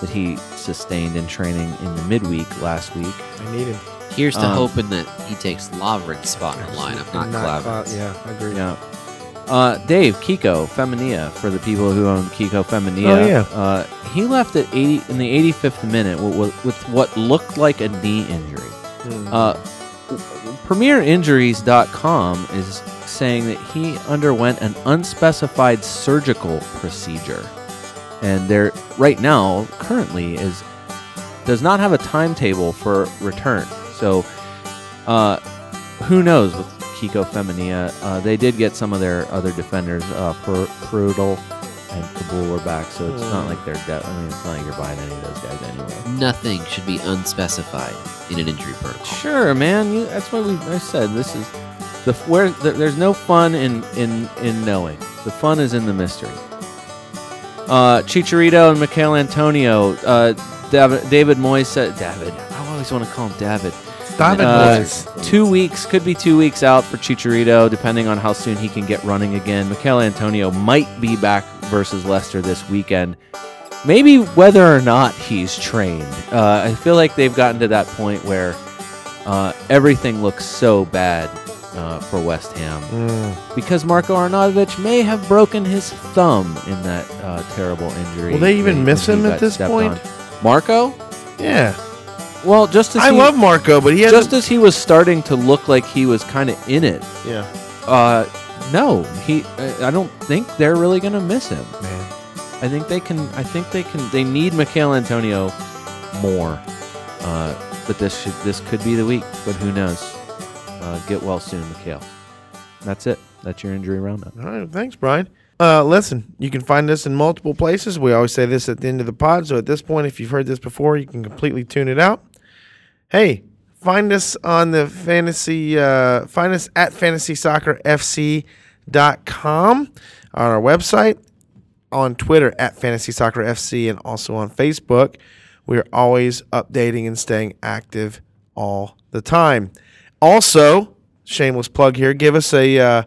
that he sustained in training in the midweek last week.
I need him.
Here's to
Um,
hoping that he takes Lovren's spot in the lineup, not, Clavin.
Cla- yeah, I agree.
Yeah. Uh, Dave Kiko Feminia for the people who own Kiko Feminia.
Oh, yeah.
Uh, he left at eighty in the 85th minute with, with what looked like a knee injury.
Hmm.
Uh, PremierInjuries.com is saying that he underwent an unspecified surgical procedure, and there right now currently is does not have a timetable for return. So, uh, who knows with Kiko Femenia? Uh, they did get some of their other defenders, uh, per- Prudel and Kabul, were back, so it's not
Hmm.
like they're. De- I mean, it's not like you're buying any of those guys anyway.
Nothing should be unspecified in an injury protocol.
Sure, man. You, that's why we. I said this is the f- where the, there's no fun in in in knowing. The fun is in the mystery. Uh, Chicharito and Michael Antonio. Uh, David, David Moyes said David. I always want to call him David.
David
uh,
Moyes.
Two weeks could be two weeks out for Chicharito, depending on how soon he can get running again. Michael Antonio might be back versus Leicester this weekend. Maybe whether or not he's trained. Uh, I feel like they've gotten to that point where uh, everything looks so bad uh, for West Ham
Hmm.
because Marco Arnautovic may have broken his thumb in that uh, terrible injury.
Will they even
when-
miss
when he
him at
got
this
stepped
point?
on. Marco?
Yeah,
Well, just as
I
he,
love Marco, but he has
just as he was starting to look like he was kind of in it,
yeah,
uh, no, he. I I don't think they're really gonna miss him.
man.
I think they can. I think they can. They need Michael Antonio more. Uh, but this should. This could be the week. But who knows? Uh, get well soon, Mikhail. That's it. That's your injury roundup.
All right, thanks, Brian. Uh, listen, you can find us in multiple places. We always say this at the end of the pod. So at this point, if you've heard this before, you can completely tune it out. Hey, find us on the fantasy, uh, find us at fantasysoccerfc.com on our website, on Twitter at fantasysoccerfc, and also on Facebook. We are always updating and staying active all the time. Also, shameless plug here, give us a. Uh,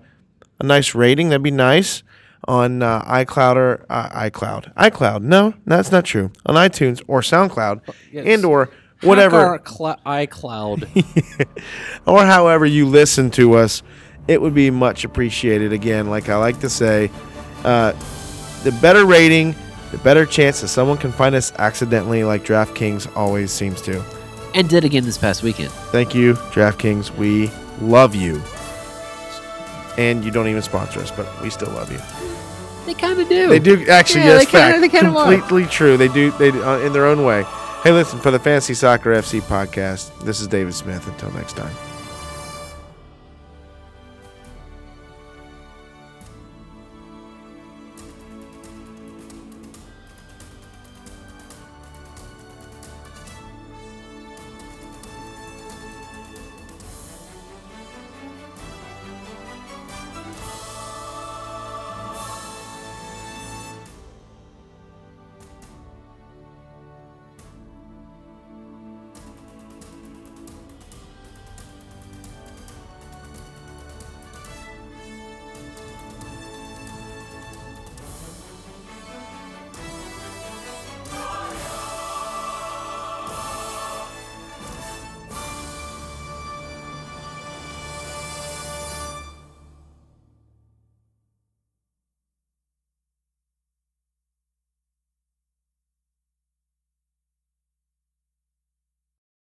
a nice rating. That'd be nice on uh, iCloud or uh, iCloud. iCloud. No, that's not true. On iTunes or SoundCloud and or whatever
iCloud.
or however you listen to us, it would be much appreciated. Again, like I like to say, uh, the better rating, the better chance that someone can find us accidentally, like DraftKings always seems to.
and did again this past weekend.
Thank you, DraftKings. We love you. And you don't even sponsor us, but we still love you.
They kind of do.
They do actually.
Yeah,
yes,
they kinda-
fact.
they kinda lie.
completely true. They do. They do, uh, in their own way. Hey, listen for the Fantasy Soccer FC podcast. This is David Smith. Until next time.